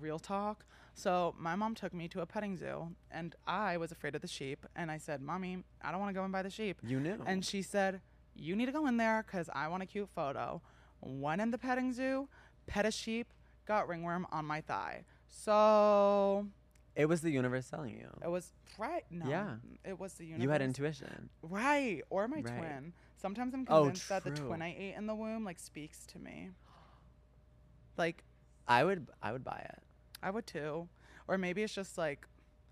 [SPEAKER 1] Real talk. So my mom took me to a petting zoo, and I was afraid of the sheep. And I said, "Mommy, I don't want to go and buy the sheep."
[SPEAKER 2] You knew.
[SPEAKER 1] And she said, You need to go in there because I want a cute photo. Went in the petting zoo, pet a sheep, got ringworm on my thigh. So
[SPEAKER 2] it was the universe telling you.
[SPEAKER 1] it was right. No,
[SPEAKER 2] Yeah.
[SPEAKER 1] it was the universe.
[SPEAKER 2] You had intuition.
[SPEAKER 1] right or my
[SPEAKER 2] Right.
[SPEAKER 1] twin. Sometimes I'm
[SPEAKER 2] Oh,
[SPEAKER 1] convinced that the
[SPEAKER 2] true.
[SPEAKER 1] twin I ate in the womb like speaks to me. Like
[SPEAKER 2] I would I would buy it.
[SPEAKER 1] I would too, or maybe it's just like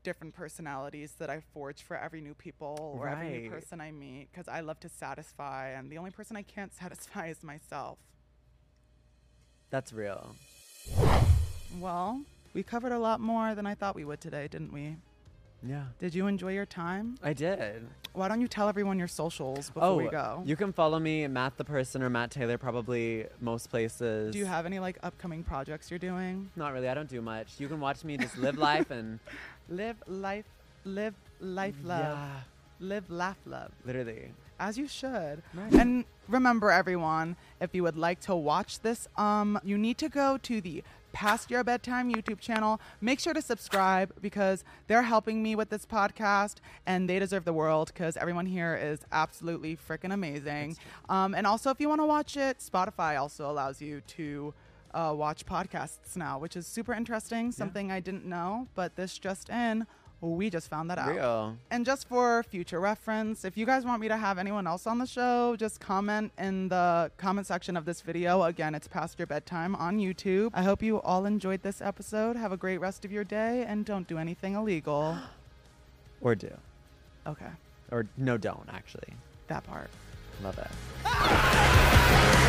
[SPEAKER 1] different personalities that I forge for every new people or every new
[SPEAKER 2] Right.
[SPEAKER 1] person I meet because I love to satisfy, and the only person I can't satisfy is myself.
[SPEAKER 2] That's real.
[SPEAKER 1] Well, we covered a lot more than I thought we would today, didn't we?
[SPEAKER 2] Yeah.
[SPEAKER 1] Did you enjoy your time?
[SPEAKER 2] I did.
[SPEAKER 1] Why don't you tell everyone your socials before
[SPEAKER 2] oh,
[SPEAKER 1] we go?
[SPEAKER 2] you can follow me, Matt the person or Matt Taylor, probably most places.
[SPEAKER 1] Do you have any like upcoming projects you're doing?
[SPEAKER 2] Not really. I don't do much. You can watch me just live life and
[SPEAKER 1] Live life, live life, love.
[SPEAKER 2] Yeah.
[SPEAKER 1] Live, laugh, love.
[SPEAKER 2] Literally.
[SPEAKER 1] as you should.
[SPEAKER 2] Right.
[SPEAKER 1] And remember, everyone, if you would like to watch this, um, you need to go to the Past Your Bedtime YouTube channel. Make sure to subscribe because they're helping me with this podcast, and they deserve the world because everyone here is absolutely freaking amazing. Um, and also, if you want to watch it, Spotify also allows you to. Uh, watch podcasts now, which is super interesting. Something I didn't know, but this just in, we just found that out.
[SPEAKER 2] Real.
[SPEAKER 1] And just for future reference, if you guys want me to have anyone else on the show, just comment in the comment section of this video. Again, it's past your bedtime on YouTube. I hope you all enjoyed this episode. Have a great rest of your day and don't do anything illegal.
[SPEAKER 2] Or do.
[SPEAKER 1] Okay,
[SPEAKER 2] Or no, don't actually.
[SPEAKER 1] that part.
[SPEAKER 2] Love it.